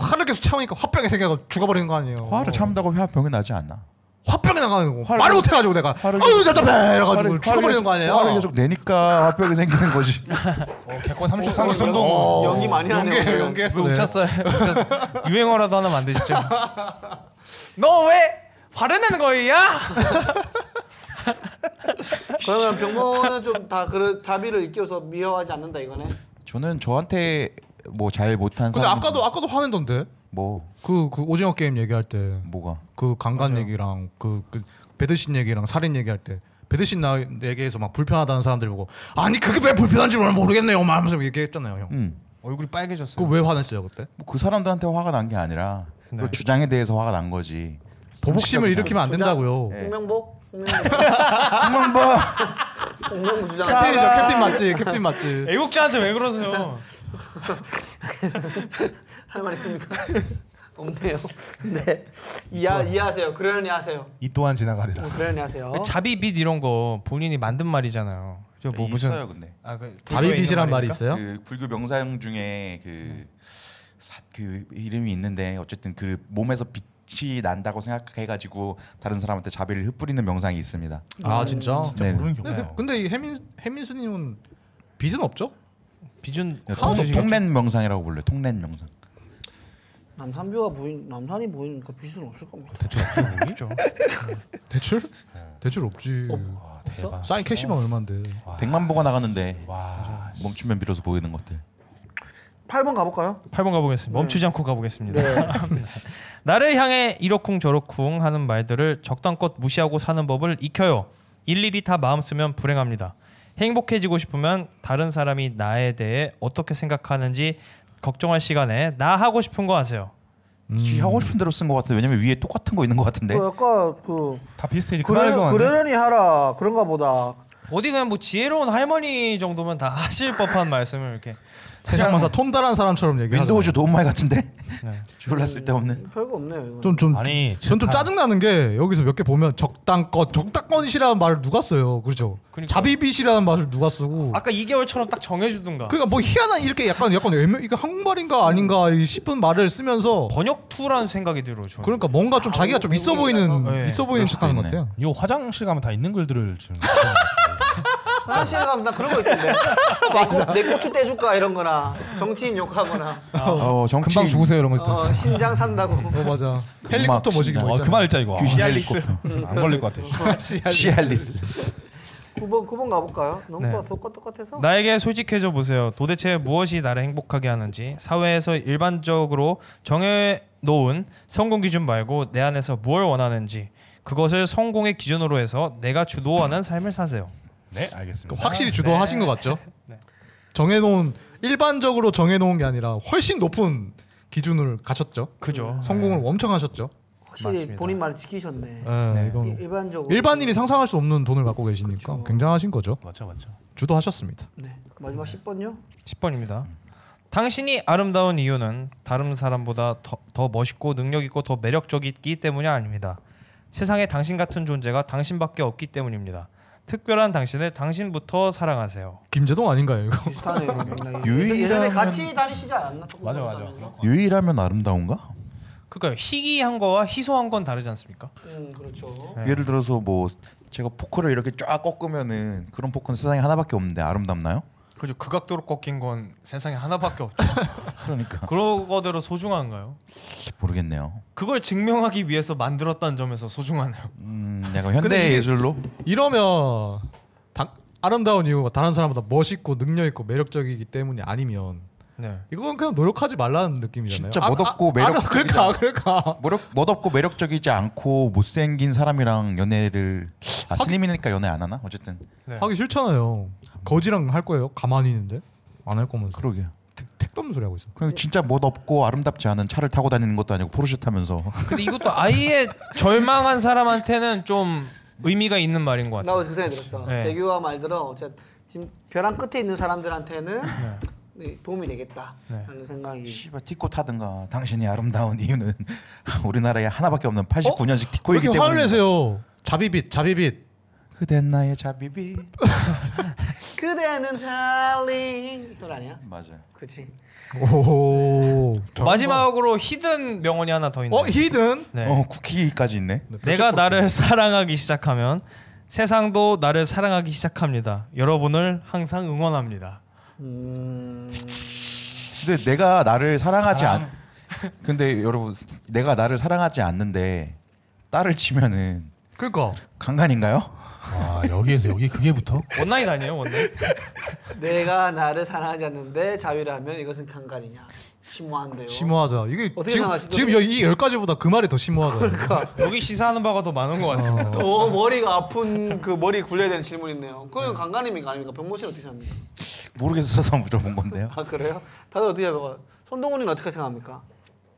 S6: 화를 계속 참으니까 화병이 생겨서 죽어버리는 거 아니에요?
S3: 화를 참다고 화병이 나지 않나?
S6: 화병이 나가는 거.
S3: 화를-
S6: 말을 못해가지고 내가
S3: 화를-
S6: 아유 답답해 이래가지고
S3: 화를-
S6: 죽어버리는 거 아니에요?
S3: 화를 계속 내니까 화병이 생기는 거지.
S7: 어, 개권 33개 선동.
S1: 연기 많이 하네
S6: 연계
S1: 오늘.
S6: 연계했어.
S2: 왜 웃쳤어요? 웃쳤어요. 유행어라도 하나 만드시죠. 너 왜 화를 내는 거야?
S1: 그러면 병모는 좀 다 그런 자비를 일깨워서 미워하지 않는다 이거네
S3: 저는 저한테 뭐 잘 못한
S6: 근데
S3: 사람
S6: 아까도 아까도 화낸던데.
S3: 뭐
S6: 그그 오징어 게임 얘기할 때.
S3: 뭐가
S6: 그 강간 얘기랑 그, 그 배드신 얘기랑 살인 얘기할 때 배드신 나 얘기해서 막 불편하다는 사람들 보고 아니 그게 왜 불편한지 모르겠네요 막 하면서 얘기했잖아요 형.
S2: 얼굴이 빨개졌어요.
S6: 그왜 화냈어요 그때?
S3: 뭐그 사람들한테 화가 난 게 아니라 그 주장에 대해서 화가 난 거지.
S6: 보복심을 일으키면 안 된다고요.
S1: 네.
S4: 네.
S1: 홍명보
S3: 한번 봐.
S1: 홍명보 주장
S6: 캡틴이죠 캡틴 맞지 캡틴 맞지.
S2: 그 애국자한테 왜 그러세요?
S1: 할 말 있습니까? 없네요 네 이해 이해하세요 그러려니 하세요
S7: 이 또한 지나가리라.
S1: 어, 그러려니 하세요
S2: 자비빛 이런 거 본인이 만든 말이잖아요. 저 뭐 무슨
S3: 네, 있어요 근데
S2: 아, 그
S6: 자비빛이란 말이
S2: 있어요?
S6: 있어요?
S3: 그 불교 명상 중에 그, 사, 그 이름이 있는데 어쨌든 그 몸에서 빛이 난다고 생각해가지고 다른 사람한테 자비를 흩뿌리는 명상이 있습니다.
S6: 아 진짜.
S3: 네.
S7: 모르는 게
S6: 근데,
S7: 없네요.
S6: 그- 근데 이 해민 해민수님은 빚은 없죠?
S2: 비준
S3: 네, 통, 통랜 명상이라고 불러요. 통랜 명상.
S1: 남산뷰가 보인 남산이 보이니까 빛은 없을 겁니다
S2: 통이죠.
S6: 대출? 대출 없지.
S7: 와, 대박.
S6: 사인 캐시만 얼마인데.
S3: 백만 보가 나가는데
S7: 와.
S3: 멈추면 밀어서 보이는 것들.
S1: 8번 가볼까요?
S2: 8번
S6: 네.
S2: 가보겠습니다. 멈추지 않고 가보겠습니다. 나를 향해 이러쿵 저러쿵 하는 말들을 적당껏 무시하고 사는 법을 익혀요. 일일이 다 마음 쓰면 불행합니다. 행복해지고 싶으면 다른 사람이 나에 대해 어떻게 생각하는지 걱정할 시간에 나 하고 싶은 거 하세요.
S3: 지 하고 싶은 대로 쓴 것 같은데 왜냐면 위에 똑같은 거 있는 것 같은데.
S4: 그 아까 그
S7: 다 비슷해지.
S4: 그래,
S7: 그래,
S4: 그러려니 하라 그런가 보다.
S2: 어디 그냥 뭐 지혜로운 할머니 정도면 다 하실 법한 말씀을 이렇게
S6: 세상 만사 톰다란 사람처럼 얘기하죠.
S3: 윈도우즈 도움말 같은데. 졸라 쓸데없는.
S1: 별거 없네요 이거
S6: 좀좀
S5: 아니,
S6: 전 좀 짜증 나는 게 여기서 몇 개 보면 적당껏 적당껏이라는 말을 누가 써요, 그렇죠?
S2: 그러니까.
S6: 자비빛이라는 말을 누가 쓰고.
S2: 아까 2개월처럼 딱 정해주든가
S6: 그러니까 뭐 희한한 이렇게 약간 약간 애매, 이게 한국말인가 아닌가 이 싶은 말을 쓰면서
S2: 번역투라는 생각이 들어요. 저는.
S6: 그러니까 뭔가 좀 자기가 좀 있어 보이는
S7: 아,
S2: 네.
S6: 있어 보이는
S3: 그럴 수도
S6: 척하는 것
S3: 있네.
S6: 같아요.
S7: 요 화장실 가면 다 있는 글들을 지금.
S1: 화장실 가면 나 그런 거 있던데 내, 고, 내 고추 떼줄까 이런 거나 정치인 욕하거나
S3: 어, 정치
S7: 금방 죽으세요 이런 거.
S1: 어, 신장 산다고
S6: 어 맞아. 헬리콥터
S3: 음악
S6: 모시기 뭐
S7: 어,
S6: 있잖아.
S7: 그만 읽자 이거.
S3: 귀신
S7: 헬리콥터. 응, 안 걸릴 것 같아.
S3: 시알리스.
S1: 9번 9번 가볼까요? 너무 똑같, 똑같아서
S2: 나에게 솔직해져 보세요. 도대체 무엇이 나를 행복하게 하는지 사회에서 일반적으로 정해 놓은 성공 기준 말고 내 안에서 무엇을 원하는지 그것을 성공의 기준으로 해서 내가 주도하는 삶을 사세요.
S7: 네, 알겠습니다.
S6: 그러니까 확실히 주도하신 것 같죠? 정해놓은 일반적으로 정해놓은 게 아니라 훨씬 높은 기준을 갖췄죠.
S2: 그죠.
S7: 네.
S6: 성공을 엄청 하셨죠.
S1: 확실히
S2: 맞습니다.
S1: 본인 말을 지키셨네.
S6: 예,
S1: 이-
S6: 이건
S1: 어. 일반적으로
S6: 일반인이 상상할 수 없는 돈을 갖고 계시니까 굉장하신 거죠.
S2: 맞죠, 맞죠.
S6: 주도하셨습니다.
S1: 네. 마지막 10번요.
S2: 10번입니다. 당신이 아름다운 이유는 다른 사람보다 더, 더 멋있고 능력 있고 더 매력적이기 때문이 아닙니다. 세상에 당신 같은 존재가 당신밖에 없기 때문입니다. 특별한 당신을 당신부터 사랑하세요.
S6: 김재동 아닌가요? 이거?
S1: 비슷하네요. 맥락이.
S3: 유일하면-
S1: 예전에 같이 다니시지 않았나? 맞아 맞아.
S3: 유일하면 아름다운가?
S2: 그러니까 희귀한 거와 희소한 건 다르지 않습니까?
S1: 음 그렇죠.
S2: 네.
S3: 예를 들어서 뭐 제가 포크를 이렇게 쫙 꺾으면은 그런 포크는 세상에 하나밖에 없는데 아름답나요?
S5: 그죠 그 각도로 꺾인 건 세상에 하나밖에 없죠.
S3: 그러니까
S2: 그런 거대로 소중한가요?
S3: 모르겠네요.
S2: 그걸 증명하기 위해서 만들었다는 점에서 소중하네요.
S3: 음, 약간
S6: 근데
S3: 현대
S6: 이게-
S3: 예술로
S6: 이러면 당- 아름다운 이유가 다른 사람보다 멋있고 능력 있고 매력적이기 때문이 아니면
S2: 네.
S6: 이건 그냥 노력하지 말라는 느낌이잖아요.
S3: 진짜 멋없고 매력적이지
S6: 그러니까 그러니까.
S3: 멋, 멋없고 매력적이지 않고 못생긴 사람이랑 연애를 아 슬림이니까 연애 안 하나? 어쨌든
S2: 네.
S6: 하기 싫잖아요. 거지랑 할 거예요? 가만히 있는데 안 할 거면서
S3: 그러게.
S6: 택- 택도 없는 소리 하고 있어.
S3: 그냥 진짜 멋없고 아름답지 않은 차를 타고 다니는 것도 아니고 포르쉐 타면서
S2: 근데 이것도 아예 절망한 사람한테는 좀 의미가 있는 말인 것 같아요.
S1: 나도 그 생각 들었어.
S2: 네.
S1: 재규와 말대로 어쨌든 지금 벼랑 끝에 있는 사람들한테는 네, 도움이 되겠다라는
S6: 네.
S1: 생각이.
S3: 씨발 티코 타든가 당신이 아름다운 이유는 우리나라에 하나밖에 없는 89년식
S6: 어? 왜
S3: 티코이기
S6: 이렇게
S3: 때문에
S6: 화를 내세요? 자비빛 자비빛.
S3: 그댄 나의 자비비
S1: 그대는 달링 이건 아니야?
S3: 맞아요
S1: 그렇지.
S6: 오.
S2: 마지막으로 히든 명언이 하나 더 있네요.
S6: 어 히든.
S2: 네.
S3: 어 쿠키까지 있네
S2: 내가 나를 사랑하기 시작하면 세상도 나를 사랑하기 시작합니다. 여러분을 항상 응원합니다.
S3: 근데 내가 나를 사랑하지 않 근데 여러분 내가 나를 사랑하지 않는데 딸을 치면은
S6: 그러니까.
S3: 강간인가요?
S5: 아 여기에서 여기 그게 붙어?
S2: 원나잇 아니에요, 원나잇?
S1: 내가 나를 사랑하지 않는데 자유라면 이것은 강간이냐? 심오한데요.
S6: 심오하자. 이게
S1: 어떻게
S6: 지금
S1: 생각하시죠?
S6: 지금 여기 열 가지보다 그 말이 더 심오하다. 그러니까.
S2: 여기 시사하는 바가 더 많은 것 같습니다.
S1: 또 어, 머리가 아픈 그 머리 굴려야 되는 질문 있네요. 그건 강간입니까 아닙니까? 병모 씨는 어떻게 생각합니까?
S3: 모르겠어서 물어본 건데요.
S1: 아 그래요? 다들 어떻게 생각해요? 손동훈이는 어떻게 생각합니까?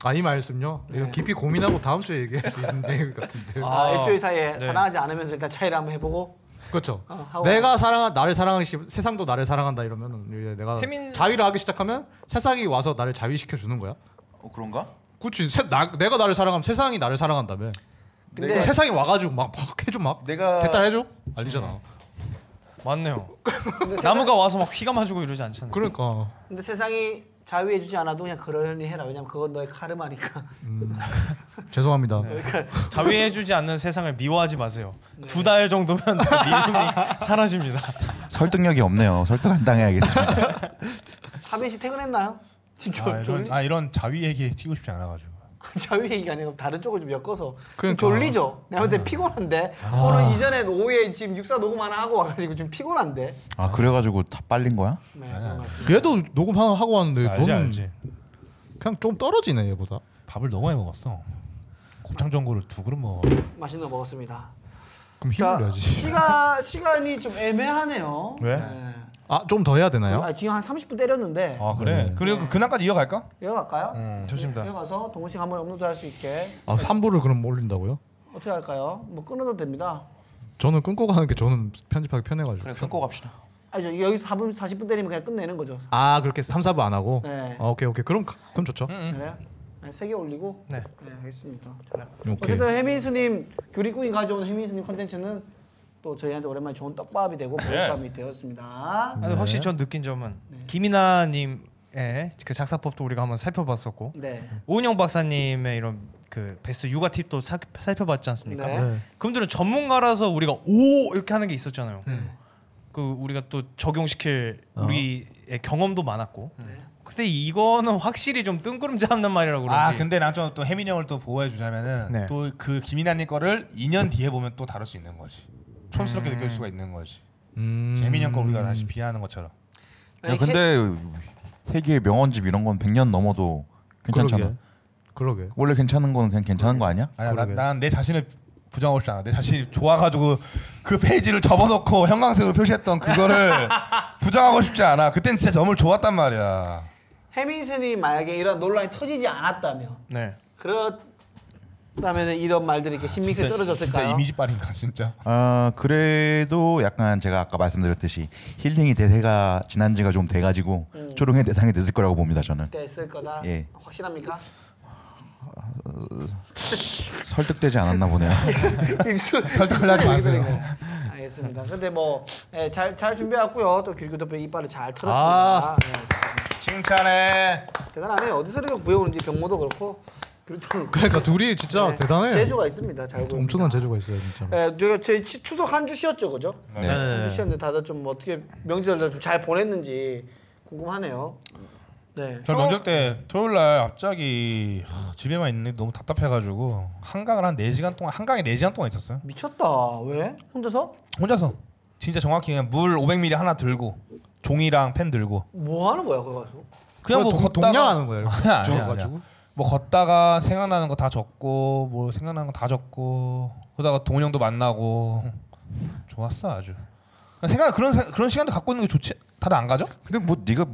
S6: 아이 말씀요. 이거 깊이 고민하고 다음 주에 얘기할 수 있는 내용 같은데.
S1: 네. 아, 일주일 사이에 사랑하지 않으면서 일단 차이를 한번 해보고
S6: 그렇죠.
S1: 어, 하고.
S6: 내가 사랑한 나를 사랑하기 시- 세상도 나를 사랑한다 이러면 이제 내가
S2: 혜민-
S6: 자위를 하기 시작하면 세상이 와서 나를 자위시켜 주는 거야.
S3: 어, 그런가?
S6: 그렇지. 세- 나, 내가 나를 사랑하면 세상이 나를 사랑한다며.
S1: 근데
S6: 그럼 세상이 와가지고 막, 막 해줘 막.
S3: 내가-
S6: 대딸 해줘? 아니잖아.
S2: 맞네요. 나무가 와서 막 휘가 마주고 이러지 않잖아요.
S6: 그러니까.
S1: 근데 세상이 자유해주지 않아도 그냥 그러려니 해라 왜냐면 그건 너의 카르마니까
S6: 죄송합니다.
S1: 네, 그러니까
S2: 자위해주지 않는 세상을 미워하지 마세요. 두 달 정도면 그 미움이 사라집니다.
S3: 설득력이 없네요. 설득 안 당해야겠습니다.
S1: 하빈 씨 퇴근했나요? 지금 졸,
S5: 아 이런
S1: 졸리...
S5: 아 이런 자위 얘기 튀고 싶지 않아가지고.
S1: 자유 얘기가 아니고 다른 쪽을 좀 엮어서 좀
S6: 그러니까.
S1: 졸리죠 내가 볼때 피곤한데 오늘 이전에 오후에 지금 육사 녹음 하나 하고 와가지고 지금 피곤한데
S3: 아 그래가지고 다 빨린 거야?
S1: 네 그런 것 같습니다
S6: 얘도 녹음 하나 하고 왔는데
S5: 아, 알지
S6: 너는
S5: 알지.
S6: 그냥 좀 떨어지네 얘보다.
S5: 밥을 너무 많이 먹었어. 곱창 전골을 두 그릇 먹어.
S1: 맛있는 거 먹었습니다
S6: 그럼 힘을
S1: 자
S6: 내야지.
S1: 시가, 시간이 좀 애매하네요
S5: 왜?
S1: 네.
S6: 아 좀 더 해야 되나요?
S1: 아, 지금 한 30분 때렸는데
S7: 아 그래. 그리고 그날까지 이어갈까?
S1: 이어갈까요? 네,
S2: 좋습니다.
S1: 이어가서 동훈 씨가 한번 업로드할 수 있게
S6: 아 3부를 그럼 올린다고요?
S1: 어떻게 할까요? 뭐 끊어도 됩니다.
S6: 저는 끊고 가는 게 저는 편집하기 편해가지고.
S3: 끊고 갑시다.
S1: 아니죠. 여기서 4분 40분 때리면 그냥 끝내는 거죠.
S6: 아 그렇게 3, 4부 안 하고?
S1: 네.
S6: 아, 오케이 오케이 그럼 그럼 좋죠.
S1: 그래요? 네, 세개 올리고.
S2: 네.
S1: 알겠습니다.
S6: 오케이.
S1: 어쨌든 혜민수님 교리꾼이 가져온 혜민수님 컨텐츠는 또 저희한테 오랜만에 좋은 떡밥이 되고 보쌈이 되었습니다.
S2: 아,
S5: 네.
S2: 근데 확실히 전 느낀 점은 김이나님의 그 작사법도 우리가 한번 살펴봤었고
S1: 네.
S2: 오은영 박사님의 이런 그 베스트 육아 팁도 사- 살펴봤지 않습니까?
S1: 네. 네.
S2: 그분들은 전문가라서 우리가 오 이렇게 하는 게 있었잖아요. 그 우리가 또 적용시킬
S5: 어.
S2: 우리의 경험도 많았고. 근데 이거는 확실히 좀 뜬구름 잡는
S5: 아
S2: 말이라고 그런지.
S5: 근데 난 좀 또 혜민이 형을 또 보호해 주자면은
S2: 네.
S5: 또 그 김이나님 거를 2년 뒤에 보면 또 다룰 수 있는 거지. 촌스럽게 느낄 수가 있는 거지.
S6: 음.
S5: 혜민이 형거 우리가 다시 비하하는 것처럼.
S3: 야 근데 세계의 명언집 이런 건 100년 넘어도 괜찮잖아.
S6: 그러게. 그러게.
S3: 원래 괜찮은 건 그냥 괜찮은 거 아니야?
S5: 아니야
S6: 그러게.
S5: 난내 자신을 부정하고 싶지 않아 내 자신이 좋아가지고 그 페이지를 접어놓고 형광색으로 표시했던 그거를 부정하고 싶지 않아 그땐 진짜 점을 좋았단 말이야
S1: 혜민수님 만약에 이런 논란이 터지지 않았다면
S2: 네.
S1: 그런 그다음에는 이런 말들이 이렇게 신미세
S7: 진짜
S1: 떨어졌을까요?
S7: 이미지 빨인가 진짜.
S3: 아 그래도 약간 제가 아까 말씀드렸듯이 힐링이 대세가 지난 지가 좀 돼가지고 조롱의 대상이 됐을 거라고 봅니다 저는
S1: 됐을 거다.
S3: 예.
S1: 확실합니까?
S3: 네. 설득되지 않았나 보네요
S7: 설득을 하지 마세요.
S1: 네, 알겠습니다. 근데 뭐잘잘 준비해왔고요. 또 길규 덕분에 이빨을 잘 털었습니다. 예,
S7: 칭찬해.
S1: 대단하네요. 어디서 이렇게 구해오는지 병모도 그렇고 불도 그렇고.
S6: 그러니까 둘이 진짜
S1: 네,
S6: 대단해.
S1: 재주가 있습니다. 잘 구합니다.
S6: 엄청난 재주가 있어요 진짜.
S1: 예, 저희가 제 치- 추석 한 주 쉬었죠, 그죠?
S3: 네.
S1: 한 주 쉬었는데 다들 좀 어떻게 명절을 좀 잘 보냈는지 궁금하네요. 네.
S7: 저 명절 때 토요일 날 갑자기 하, 집에만 있는데 너무 답답해가지고 한강을 한4 시간 동안 한강에 4 시간 동안 있었어요.
S1: 미쳤다. 왜? 혼자서?
S7: 혼자서 진짜 정확히 그냥 물 500ml 하나 들고 종이랑 펜 들고
S1: 뭐 하는 거야, 그거 가지고?
S7: 그냥 뭐
S6: 동-
S7: 걷다가
S6: 동냥하는 거예요. 이렇게
S7: 아니야, 아니야,
S6: 적어가지고.
S7: 아니야. 뭐 걷다가 생각나는 거 다 적고 뭐 생각나는 거 다 적고 그러다가 동훈 형도 만나고 좋았어 아주 그냥 생각 그런 세- 그런 시간도 갖고 있는 게 좋지 다들 안 가죠?
S3: 근데 뭐 네가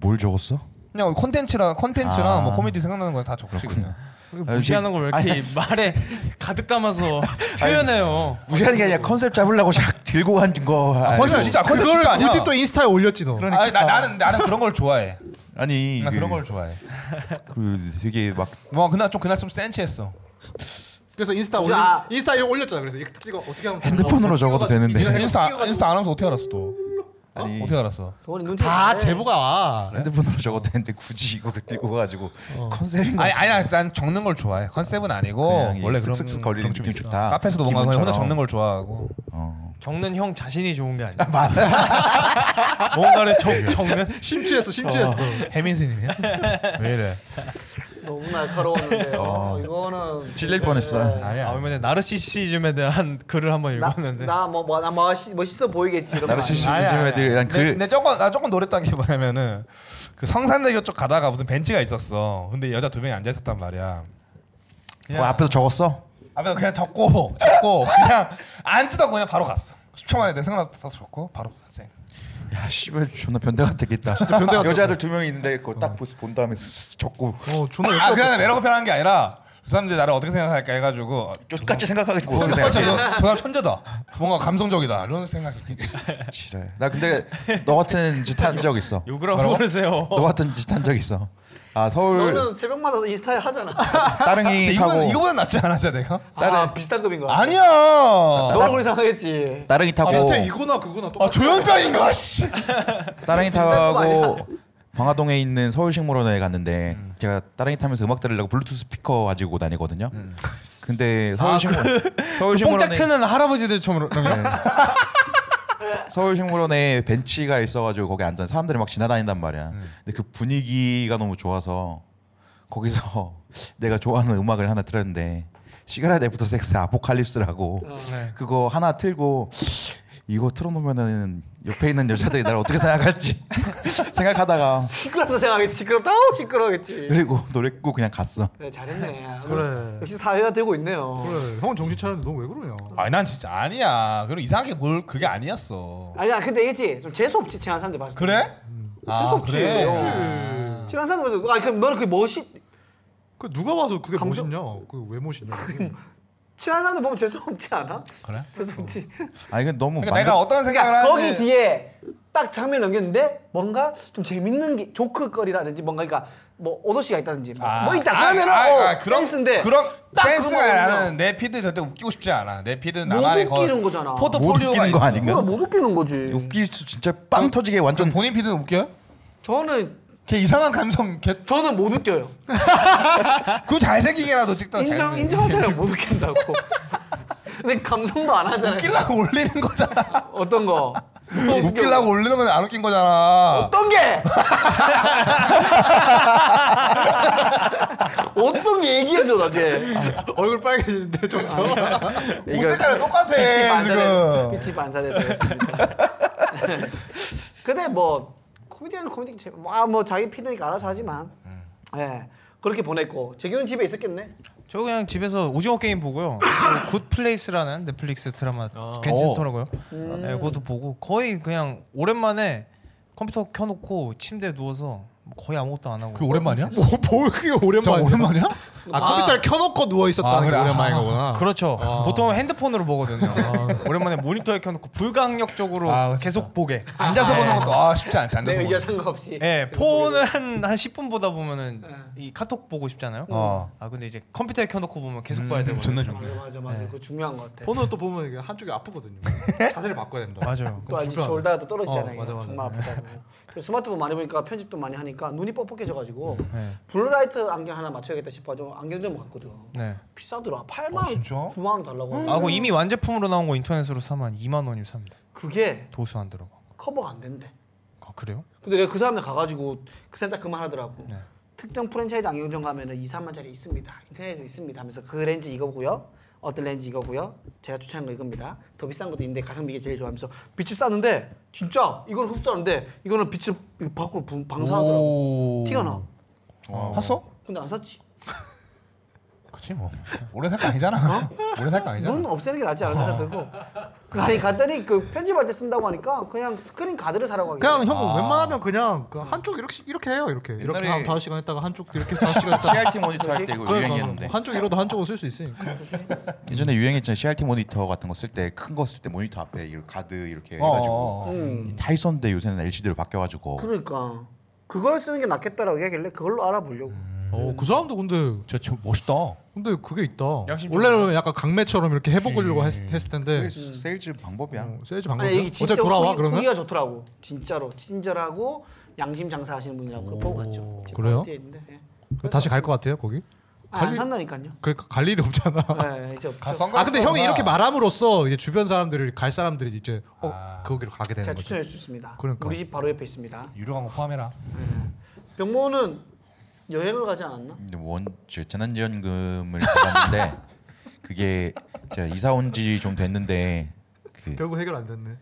S3: 뭘 적었어?
S7: 그냥 컨텐츠랑 컨텐츠랑
S3: 아.
S7: 뭐 코미디 생각나는 거 다 적지 그냥
S2: 무시하는 걸 왜 이렇게 말에 가득 담아서 표현해요.
S3: 무시하는 게 아니라 컨셉 잡으려고 샥 들고 간거
S7: 아, 컨셉 진짜 컨셉
S6: 그걸
S7: 진짜 아니야
S6: 굳이 또 인스타에 올렸지 너.
S7: 그러니까. 아니, 나, 나는 나는 그런 걸 좋아해
S3: 아니
S7: 나
S3: 그,
S7: 그런 걸 좋아해
S3: 그 되게 막
S7: 뭐 그날 좀 그날 좀 센치했어
S6: 그래서 인스타 올린
S1: 아.
S6: 인스타 이거 올렸잖아. 그래서 이렇게 탁 찍어 어떻게 하면
S3: 핸드폰으로 적어도
S7: 니네
S3: 되는데
S7: 인스타 인스타 안 하면서 어떻게 알았어 또 어?
S3: 아니.
S7: 어떻게 알았어
S1: 동원이 눈치
S6: 다
S1: 없네.
S6: 제보가 와.
S3: 핸드폰으로 적어도 되는데 굳이 이거 들고 가가지고 어. 컨셉인
S7: 아니 아니 난 적는 걸 좋아해 컨셉은 아니고
S3: 어, 그냥
S7: 원래 그런
S3: 슥슥슥 걸리는
S7: 그런 좀
S3: 느낌
S7: 있어.
S3: 좋다.
S7: 카페에서도 뭔가 그냥 혼자
S3: 기분처럼.
S7: 적는 걸 좋아하고
S3: 어.
S2: 적는 형 자신이 좋은 게 아니야. 뭔가를 적, 적는
S6: 심취했어 심취했어.
S7: 해민스님이야 왜 이래
S1: 너무 날카로웠는데요. 어, 이거는 네.
S3: 질릴 뻔했어.
S2: 아, 얼마 전에 나르시시즘에 대한 글을 한번 읽었는데
S1: 나뭐나 멋있어 보이겠지 이런 거 아니야?
S3: 나르시시즘 애들 난
S7: 근데,
S3: 그
S7: 근데 조금 나 조금 노랬던 게 뭐냐면은 그 성산대교 쪽 가다가 무슨 벤치가 있었어 근데 여자 두 명이 앉아 있었단 말이야
S3: 뭐 앞에서 적었어?
S7: 아 그냥 그냥 적고 적고 그냥 안 뜨다 그냥 바로 갔어 10초 만에 내 생각나서 적고 바로 갔어
S3: 야 씨발 존나 변태 같았겠다. 진짜 변태 여자들 두 명이 있는데 그거 딱 보- 본 다음에 슥 적고
S6: 어 존나
S7: 아 그냥 매력 편한 게 아니라 그 사람들이 나를 어떻게 생각할까 해가지고
S3: 똑같이 생각하고
S7: 어,
S3: 어떻게
S7: 저,
S3: 생각해?
S7: 저, 저 사람 천재다 뭔가 감성적이다 이런 생각했겠지
S3: 지랄. 나 근데 너 같은 짓 한 적 있어.
S2: 욕을 하고 그러세요.
S3: 너 같은 짓 한 적 있어. 아 서울
S1: 너는 새벽마다 인스타에 하잖아.
S3: 따릉이 타고
S7: 아, 이거보다, 이거보다 낫지 않았어 내가?
S1: 아, 비슷한 급인 거야.
S7: 아니야
S1: 너는 그렇게 생각했지.
S3: 따릉이 타고
S6: 이거나 그거나
S7: 아 조현병인가 씨
S3: 따릉이 타고 방화동에 있는 서울식물원에 갔는데
S2: 음.
S3: 제가 따릉이 타면서 음악 들으려고 블루투스 스피커 가지고 다니거든요.
S2: 음.
S3: 근데 서울식물
S2: 아, 그 뽕짝
S3: 서울식물원에
S2: 트는 네. 할아버지들 처음으로
S3: 서- 서울식물원에 벤치가 있어가지고 거기 앉아 사람들이 막 지나다닌단 말이야.
S2: 음.
S3: 근데 그 분위기가 너무 좋아서 거기서 내가 좋아하는 음악을 하나 틀었는데 시가라 데프터 섹스 아포칼립스라고 그거 하나 틀고 이거 틀어놓으면은 옆에 있는 여자들이 나를 어떻게 생각할지 생각하다가
S1: 시끄러워서 생각했지. 시끄럽다. 우 시끄러겠지.
S3: 그리고 노래 끄고 그냥 갔어.
S1: 그래 잘했네.
S6: 그래.
S1: 역시 사회화 되고 있네요.
S6: 그래 형은 정신 차렸는데 너 왜 그러냐.
S7: 아니 난 진짜 아니야 그리고 이상하게 뭘 그게 아니었어
S1: 아니야 근데 이게 좀 재수 없지 친한 사람들 봤을 때.
S7: 그래? 아,
S1: 재수 없지.
S7: 그래?
S1: 어. 친한 사람들 봤을 때. 아 그럼 너는 그게 멋있.
S6: 그 누가 봐도 그게
S1: 감정-
S6: 멋있냐. 그 왜 멋있냐.
S1: 친한 사람들 보면 재수 없지 않아?
S7: 그래?
S1: 재수 없지.
S3: 아 이건 너무
S7: 그러니까 내가 어떤 생각을
S1: 그러니까 거기
S7: 하는지
S1: 뒤에 딱 장면 넘겼는데 뭔가 좀 재밌는 게 조크거리라든지 뭔가 그러니까 뭐 오도씨가 있다든지 뭐,
S7: 아,
S1: 뭐 있다
S7: 아니,
S1: 그러면은
S7: 아니,
S1: 어,
S7: 아니, 그런-
S1: 센스인데
S7: 그런
S1: 딱
S7: 센스가
S1: 그런 거거든요.
S7: 나는 내 피드 절대 웃기고 싶지 않아 내 피드는
S1: 못
S7: 나만의
S1: 웃기는 거잖아.
S3: 못
S7: 포트폴리오가
S3: 웃기는 거
S7: 있어.
S1: 그걸
S3: 아닌가?
S1: 못 웃기는 거지.
S3: 웃기 진짜 빵 터지게
S7: 그럼
S3: 완전
S7: 본인 피드는 웃겨요?
S1: 저는
S7: 걔 이상한 감성 걔
S1: 저는 못 웃겨요.
S7: 그거 잘생기게라도 찍던
S1: 인정 인정한 사람 못 웃긴다고. 근데 감성도 안 하잖아요.
S7: 웃기려고 올리는 거잖아
S1: 어떤 거? 뭐
S7: 웃기려고 올리는 건 안 웃긴 거잖아
S1: 어떤 게? 어떤 게 얘기해줘 나게.
S6: 얼굴 빨개지는데 점점.
S7: 옷 색깔은 똑같아 지금
S1: 빛이 반사돼서 그렇습니다. 근데 뭐 코미디언은 코미디 뭐아뭐 자기 피드니까 알아서 하지만
S6: 음.
S1: 예 그렇게 보냈고 재규는 집에 있었겠네.
S2: 저 그냥 집에서 오징어 게임 보고요. 저 굿플레이스라는 넷플릭스 드라마 괜찮더라고요. 네, 그것도 보고 거의 그냥 오랜만에 컴퓨터 켜놓고 침대에 누워서 거의 아무것도 안 하고
S5: 그 오랜만이야?
S6: 뭐, 뭐 그게 오랜만이야?
S5: 오랜만이야?
S6: 아, 컴퓨터를 켜놓고 누워 있었다는
S5: 아, 그래.
S6: 게 오랜만인 거구나.
S2: 그렇죠. 보통 핸드폰으로 보거든요. 오랜만에 모니터에 켜놓고 불강력적으로
S5: 아, 진짜.
S2: 계속 보게.
S5: 앉아서 보는 것도 아 쉽지 않지 앉아서
S1: 내
S5: 보는
S6: 뭐.
S1: 의견
S5: 것도.
S1: 상관없이.
S2: 예, 폰은 한 10분 보다 보면은 이 카톡 보고 싶잖아요.
S5: 어. 음,
S2: 아 근데 이제 컴퓨터에 켜놓고 보면 계속 봐야 되고.
S5: 존나
S1: 맞아 맞아
S6: 예.
S1: 맞아. 그거 중요한 것
S3: 네.
S1: 같아.
S6: 번호 또 보면 이게 한쪽이 아프거든요. 자세를 바꿔야 된다.
S2: 맞아요.
S1: 또 아직
S6: 불편하네.
S1: 졸다가 또 떨어지잖아요.
S6: 어, 맞아, 맞아.
S1: 정말 아프다고. 그래서 스마트폰 많이 보니까 편집도 많이 하니까 눈이 뻑뻑해져가지고
S6: 음.
S2: 네.
S1: 블루라이트 안경 하나 맞춰야겠다 싶어가지고 안경점 갔거든.
S2: 네.
S1: 비싸더라. 8만 원,
S5: 아, 진짜?
S1: 9만 원 달라고. 하고.
S2: 아, 그거 이미 완제품으로 나온 거 인터넷으로 사면 2만 원이면 삽니다.
S1: 그게
S2: 도수 안 들어가.
S1: 커버가 안 된대.
S2: 아, 그래요?
S1: 근데 내가 그 사람네 가가지고 그 사람 딱 그만하더라고.
S2: 네.
S1: 특정 프랜차이즈 안경점 가면은 2, 3만 짜리 있습니다. 인터넷에 있습니다. 하면서 그 렌즈 이거고요. 어떤 렌즈 이거고요. 제가 추천한 거 이겁니다. 더 비싼 것도 있는데 가성비 이게 제일 좋아하면서 빛을 쐈는데 진짜 이건 흡수하는데 이거는 빛을 밖으로 분- 방사하더라고.
S5: 오. 아,
S1: 티가 나.
S5: 샀어?
S1: 근데 안 샀지.
S5: 그치 뭐 오래 살 거 아니잖아
S6: 어?
S5: 오래 살 거
S1: 눈
S5: 아니잖아
S1: 없애는 게 낫지 않을까 생각들고. 아니 갔더니 그 편집할 때 쓴다고 하니까 그냥 스크린 가드를 사라고 하길래.
S6: 그냥 형
S2: 아.
S6: 웬만하면 그냥 그 한쪽 이렇게 이렇게 해요 이렇게 이렇게
S3: 옛날에-
S6: 한 다섯 시간 했다가 한쪽 이렇게 다섯 시간 했다가
S3: CRT 모니터 할 때 이거
S6: 그래,
S3: 유행이었는데
S6: 뭐 한쪽 이러다 한쪽은 쓸 수 있으니까
S3: 예전에 유행했잖아요 CRT 모니터 같은 거 쓸 때 큰 거 쓸 때 모니터 앞에 이렇게 가드 이렇게
S5: 어,
S3: 해가지고
S5: 어, 어.
S1: 음.
S3: 다 있었는데 요새는 LCD로 바뀌어가지고
S1: 그러니까 그걸 쓰는 게 낫겠다라고 얘기하길래 그걸로 알아보려고.
S2: 음.
S6: 어, 그 사람도 근데
S5: 저 지금 멋있다
S6: 근데 그게 있다
S2: 양심 좀
S6: 원래는 약간 강매처럼 이렇게 해보려고 했, 했을 텐데
S3: 그게 세일즈 방법이야
S6: 어, 세일즈
S1: 아니 이게
S6: 방법이
S1: 진짜
S6: 어제 돌아와
S1: 후기-
S6: 그러면
S1: 후기가 좋더라고. 진짜로 친절하고 양심 장사하시는 분이라고 그거 보고 갔죠. 제
S6: 그래요?
S1: 파티에 있는데, 예.
S6: 그럼 다시 갈 것 같아요 거기
S1: 아, 안
S6: 관리-
S1: 산다니까요.
S6: 그 갈 일이 없잖아
S1: 네, 이제 없죠.
S6: 아 근데 형이 이렇게 말함으로써 이제 주변 사람들이 갈 사람들이 이제 어 거기로 가게 되는
S1: 제가
S6: 거죠
S1: 추천해 주셨습니다.
S6: 그러니까.
S1: 우리 집 바로 옆에 있습니다.
S5: 유료 광고 포함해라
S1: 병모는 여행을 가지 않았나?
S3: 근데 원 저, 재난지원금을 받았는데 그게 제가 이사 온 지 좀 됐는데 그
S6: 결국 해결 안 됐네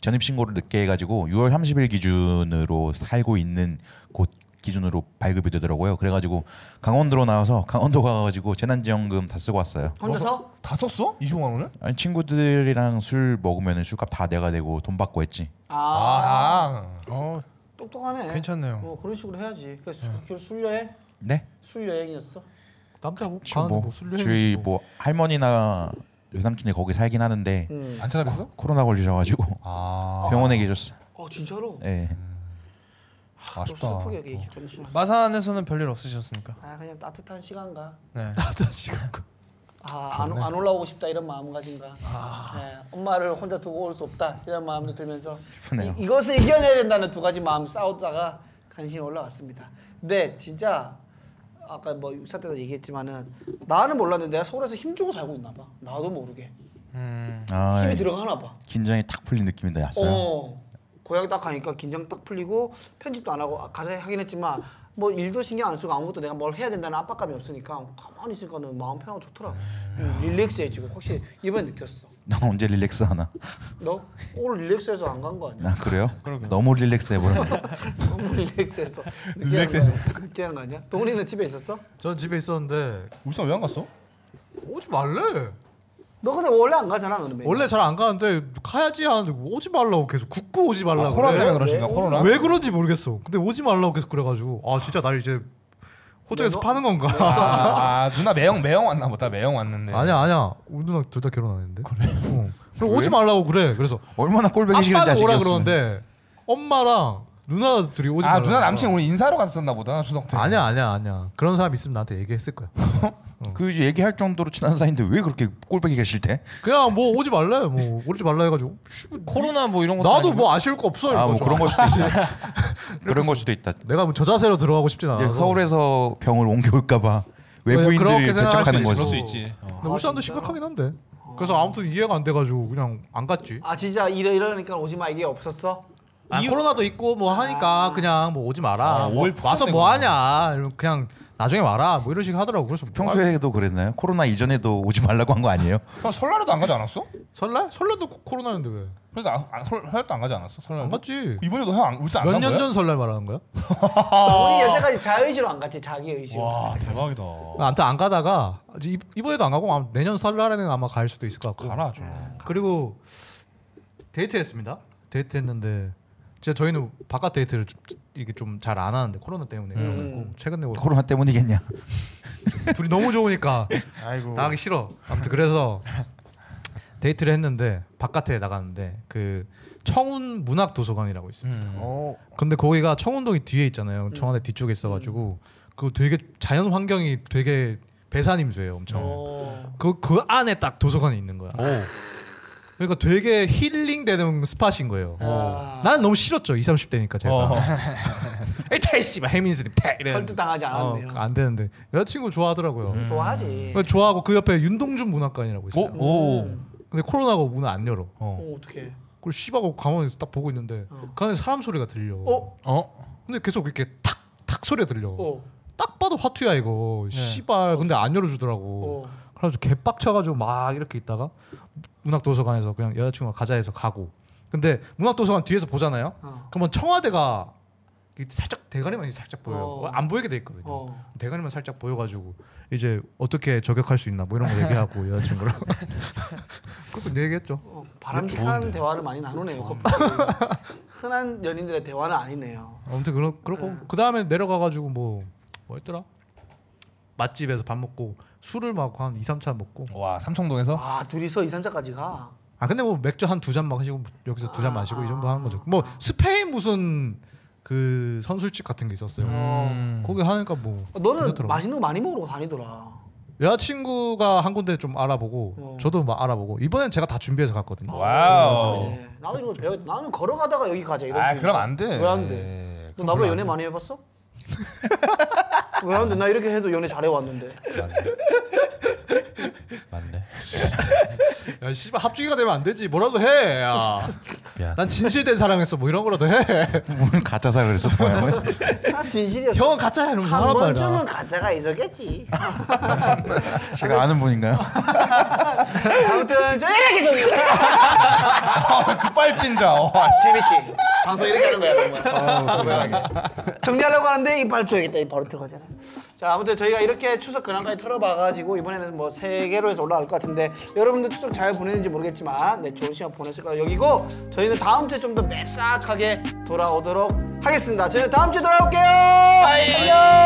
S3: 전입 신고를 늦게 해가지고 6월 30일 기준으로 살고 있는 곳 기준으로 발급이 되더라고요. 그래가지고 강원도로 나와서 강원도 가가지고 재난지원금 다 쓰고 왔어요.
S1: 혼자서
S5: 다 썼어? 25만 원을?
S3: 아니 친구들이랑 술 먹으면 술값 다 내가 내고 돈 받고 했지.
S1: 아,
S5: 아,
S2: 어,
S1: 똑똑하네.
S2: 괜찮네요.
S1: 뭐 그런 식으로 해야지. 그래술 여행,
S3: 네?
S1: 술 여행이었어.
S6: 남자 뭐
S3: 지금
S6: 가는
S3: 뭐,
S6: 뭐
S3: 저희
S6: 술래기
S3: 뭐 할머니나 외삼촌이 거기 살긴 하는데
S1: 음.
S5: 안 찾아뵀어?
S3: 코로나 걸리셔가지고
S5: 아
S3: 병원에 계셨어.
S1: 어 진짜로?
S3: 예.
S1: 좀
S5: 아쉽다
S1: 슬프게 얘기해.
S2: 마산에서는 별일 없으셨습니까?
S1: 아 그냥 따뜻한 시간가.
S2: 네.
S1: 아안 안 올라오고 싶다 이런 마음가짐과 네, 엄마를 혼자 두고 올 수 없다 이런 마음도 들면서
S3: 슬프네요.
S1: 이, 이것을 이겨내야 된다는 두 가지 마음 싸우다가 간신히 올라왔습니다. 근데 진짜 아까 뭐 육사 때도 얘기했지만은 나는 몰랐는데 내가 서울에서 힘 주고 살고 있나 봐. 나도 모르게
S3: 아,
S1: 힘이
S3: 예.
S1: 들어가나 봐.
S3: 긴장이 탁 풀린 느낌이 났어요.
S1: 어 고향 딱 가니까 긴장 딱 풀리고 편집도 안 하고 아, 가서 하긴 했지만 뭐 일도 신경 안 쓰고 아무것도 내가 뭘 해야 된다는 압박감이 없으니까 가만히 있으니까는 마음 편하고 좋더라. 음, 릴렉스해지고 확실히 이번에 느꼈어.
S3: 나 언제 릴렉스 하나?
S1: 너 오늘 릴렉스해서 안 간 거 아니야?
S3: 아, 그래요? 너무 릴렉스 해버렸네.
S1: 너무 릴렉스해서 느끼한 거, 느끼한 거 아니야? 동훈이는 집에 있었어?
S6: 전 집에 있었는데
S5: 울산 왜 안 갔어?
S6: 오지 말래
S1: 너 근데 원래 안 가잖아 너는 매일.
S6: 원래 잘 안 가는데 가야지 하는데 오지 말라고 계속 굳고 오지 말라고
S5: 아, 코로나
S6: 그래.
S5: 때문에 그러신가 코로나?
S6: 왜 아, 그런지 모르겠어. 근데 오지 말라고 계속 그래가지고 아 진짜 날 이제 호주에서
S1: 내가-
S6: 파는
S5: 아,
S6: 건가?
S5: 아 누나 매형 매형 왔나 보다 매형 왔는데
S6: 아니야 아니야 우리 누나 둘 다 결혼 안 했는데 그래? 어. 그럼 오지 말라고 그래 그래서
S3: 얼마나 꼴보기 싫은
S6: 아빠는 오라
S3: 자식이었으면.
S6: 그러는데 엄마랑 누나들이 오지
S5: 아
S6: 말라고
S5: 누나 남친 오늘 인사하러 갔었나 보다 추석 때
S6: 아니야 아니야 아니야 그런 사람 있으면 나한테 얘기했을 거야
S3: 그 이제 얘기할 정도로 친한 사이인데 왜 그렇게 꼴보기가 싫대?
S6: 그냥 뭐 오지 말래 뭐 오지 말래 해가지고 씨,
S5: 어,
S6: 뭐
S2: 코로나 뭐 이런 것도
S6: 나도
S2: 아니고.
S6: 뭐 아쉬울 거 없어
S3: 아, 뭐
S6: 이거죠.
S3: 그런 걸 수도 있다.
S6: 그렇죠.
S3: 그런 걸 수도 있다.
S6: 내가 뭐저 자세로 들어가고 싶진
S3: 이제
S6: 않아서 뭐
S3: 서울에서 병을 옮겨올까봐
S6: 그렇게
S3: 외부인들을
S6: 생각할 수
S3: 배척하는
S6: 있지,
S3: 거지.
S6: 그럴 수
S5: 있지 어.
S6: 근데 울산도
S1: 아, 진짜요?
S6: 심각하긴 한데 그래서 아무튼 이해가 안 돼가지고 그냥 안 갔지
S1: 아 진짜 이러 이러니까 오지 마 이게 없었어?
S6: 아, 코로나도 있고 뭐
S1: 아.
S6: 하니까 그냥 뭐 오지 마라.
S5: 아,
S6: 뭐
S5: 월
S6: 와서
S5: 푸셨네,
S6: 뭐 하냐. 이러면 그냥 나중에 와라. 뭐 이런 식으로 하더라고. 그래서 뭐 할-
S3: 평소에도 그랬나요? 코로나 이전에도 오지 말라고 한 거 아니에요?
S5: 형 설날에도 안 가지 않았어?
S6: 설날? 설날도 코- 코로나였는데 왜?
S5: 그러니까 아, 아, 설, 설날도 안 가지 않았어? 설날
S6: 안 갔지.
S5: 이번에도 형 안- 울산
S6: 몇
S5: 안간 거야?
S6: 년 전 설날 말하는 거야?
S1: 동훈이 여태까지 자의지로 안 갔지 자기 의지로.
S6: 아,
S5: 와 대박이다
S6: 나한테 어. 안 가다가 이제 이- 이번에도 안 가고 아마 내년 설날에는 아마 갈 수도 있을 것 같고.
S5: 가라 좀
S6: 그리고 데이트했습니다. 데이트했는데 진짜 저희는 바깥 데이트를 좀 이게 좀 잘 안 하는데 코로나 때문에 그래갖고 최근에
S3: 코로나 때문이겠냐?
S6: 둘이 너무 좋으니까
S2: 아이고.
S6: 나가기 싫어. 아무튼 그래서 데이트를 했는데 바깥에 나갔는데 그 청운 문학 도서관이라고 있습니다. 근데 거기가 청운동이 뒤에 있잖아요. 청와대 뒤쪽에 있어가지고 그 되게 자연 환경이 되게 배산임수예요,
S1: 어.
S6: 엄청. 그 그 안에 딱 도서관이 있는 거야. 그러니까 되게 힐링되는 스팟인 거예요.
S1: 어.
S6: 나는 너무 싫었죠. 20, 30대니까 제가.
S2: 어.
S6: 에이, 퇴, 씨발, 해민스님, 퇴! 이래.
S1: 설득당하지 않았네요.
S6: 안 되는데. 여자친구 좋아하더라고요.
S1: 좋아하지.
S6: 음. 좋아하고 그 옆에 윤동준 문학관이라고 있어요.
S2: 오. 오.
S6: 근데 코로나고 문을 안 열어.
S1: 어, 어떡해.
S6: 그걸 씨바고 가만히 딱 보고 있는데 그 안에 사람 소리가 들려.
S1: 어?
S6: 근데 계속 이렇게 탁탁 소리가 들려.
S1: 어.
S6: 딱 봐도 화투야 이거. 씨발. 근데 안 열어주더라고.
S1: 네. 어.
S6: 그래가지고 개빡쳐가지고 막 이렇게 있다가 문학도서관에서 그냥 여자친구가 가자 해서 가고. 근데 문학도서관 뒤에서 보잖아요.
S1: 어.
S6: 그러면 청와대가 이게 살짝 대가리만 살짝 보여요.
S1: 어.
S6: 안 보이게 돼 있거든요.
S1: 어.
S6: 대가리만 살짝 보여가지고 이제 어떻게 저격할 수 있나 뭐 이런 거 얘기하고 여자친구랑
S1: 네.
S6: 그것도 얘기했죠.
S1: 어, 바람직한 대화를 많이 나누네요. 커플들이. 흔한 연인들의 대화는 아니네요.
S6: 아무튼 그렇 그렇고 그 다음에 내려가가지고 뭐 뭐였더라 맛집에서 밥 먹고 술을 막 한 2, 3차 먹고
S7: 와
S6: 어?
S7: 삼청동에서
S1: 아 둘이서 2, 3차까지 가.
S6: 아 근데 뭐 맥주 한 두 잔 마시고 여기서 두 잔 마시고 이 정도 하는 거죠. 뭐
S7: 아.
S6: 스페인 무슨 그 선술집 같은 게 있었어요.
S7: 음.
S6: 거기 하니까 뭐
S1: 어, 너는
S6: 괜찮더라고요.
S1: 맛있는 거 많이 먹으러 다니더라.
S6: 여자친구가 한 군데 좀 알아보고
S1: 어.
S6: 저도 막 알아보고 이번엔 제가 다 준비해서 갔거든요.
S7: 어. 와우.
S1: 네. 나도 이런 거 배워. 나는 걸어가다가 여기 가자 이런.
S7: 아 그럼 안 돼.
S1: 왜안
S6: 네,
S1: 돼? 너 나보다 연애 많이 해봤어? 왜 안 돼? 나 이렇게 해도 연애 잘해왔는데.
S7: 맞네.
S6: 야 씨발 합주기가 되면 안 되지 뭐라도 해. 야.
S7: 미안.
S6: 난 진실된 사랑했어 뭐 이런 거라도 해.
S3: 우리는 가짜 사을 했어.
S1: 나 아, 진실이었어.
S6: 형은 가짜야 이러면서
S1: 한
S6: 화난 거야.
S1: 번쯤은 가짜가 있었겠지.
S3: 제가 아는 분인가요?
S1: 아무튼 저 이렇게 정리.
S7: 급발진자. 어,
S1: 재밌지. 방송 이렇게 하는 거야 정말. 정리하려고 하는데 이 발조야겠다. 이 바로 들어가잖아. 자 아무튼 저희가 이렇게 추석 근황까지 털어봐가지고 이번에는 뭐 세 개로 해서 올라갈 것 같은데 여러분들 추석 잘 보내는지 모르겠지만 네 좋은 시간 보냈을 거라 여기고 저희는 다음 주에 좀 더 맵싹하게 돌아오도록 하겠습니다. 저희는 다음 주에 돌아올게요. 안녕.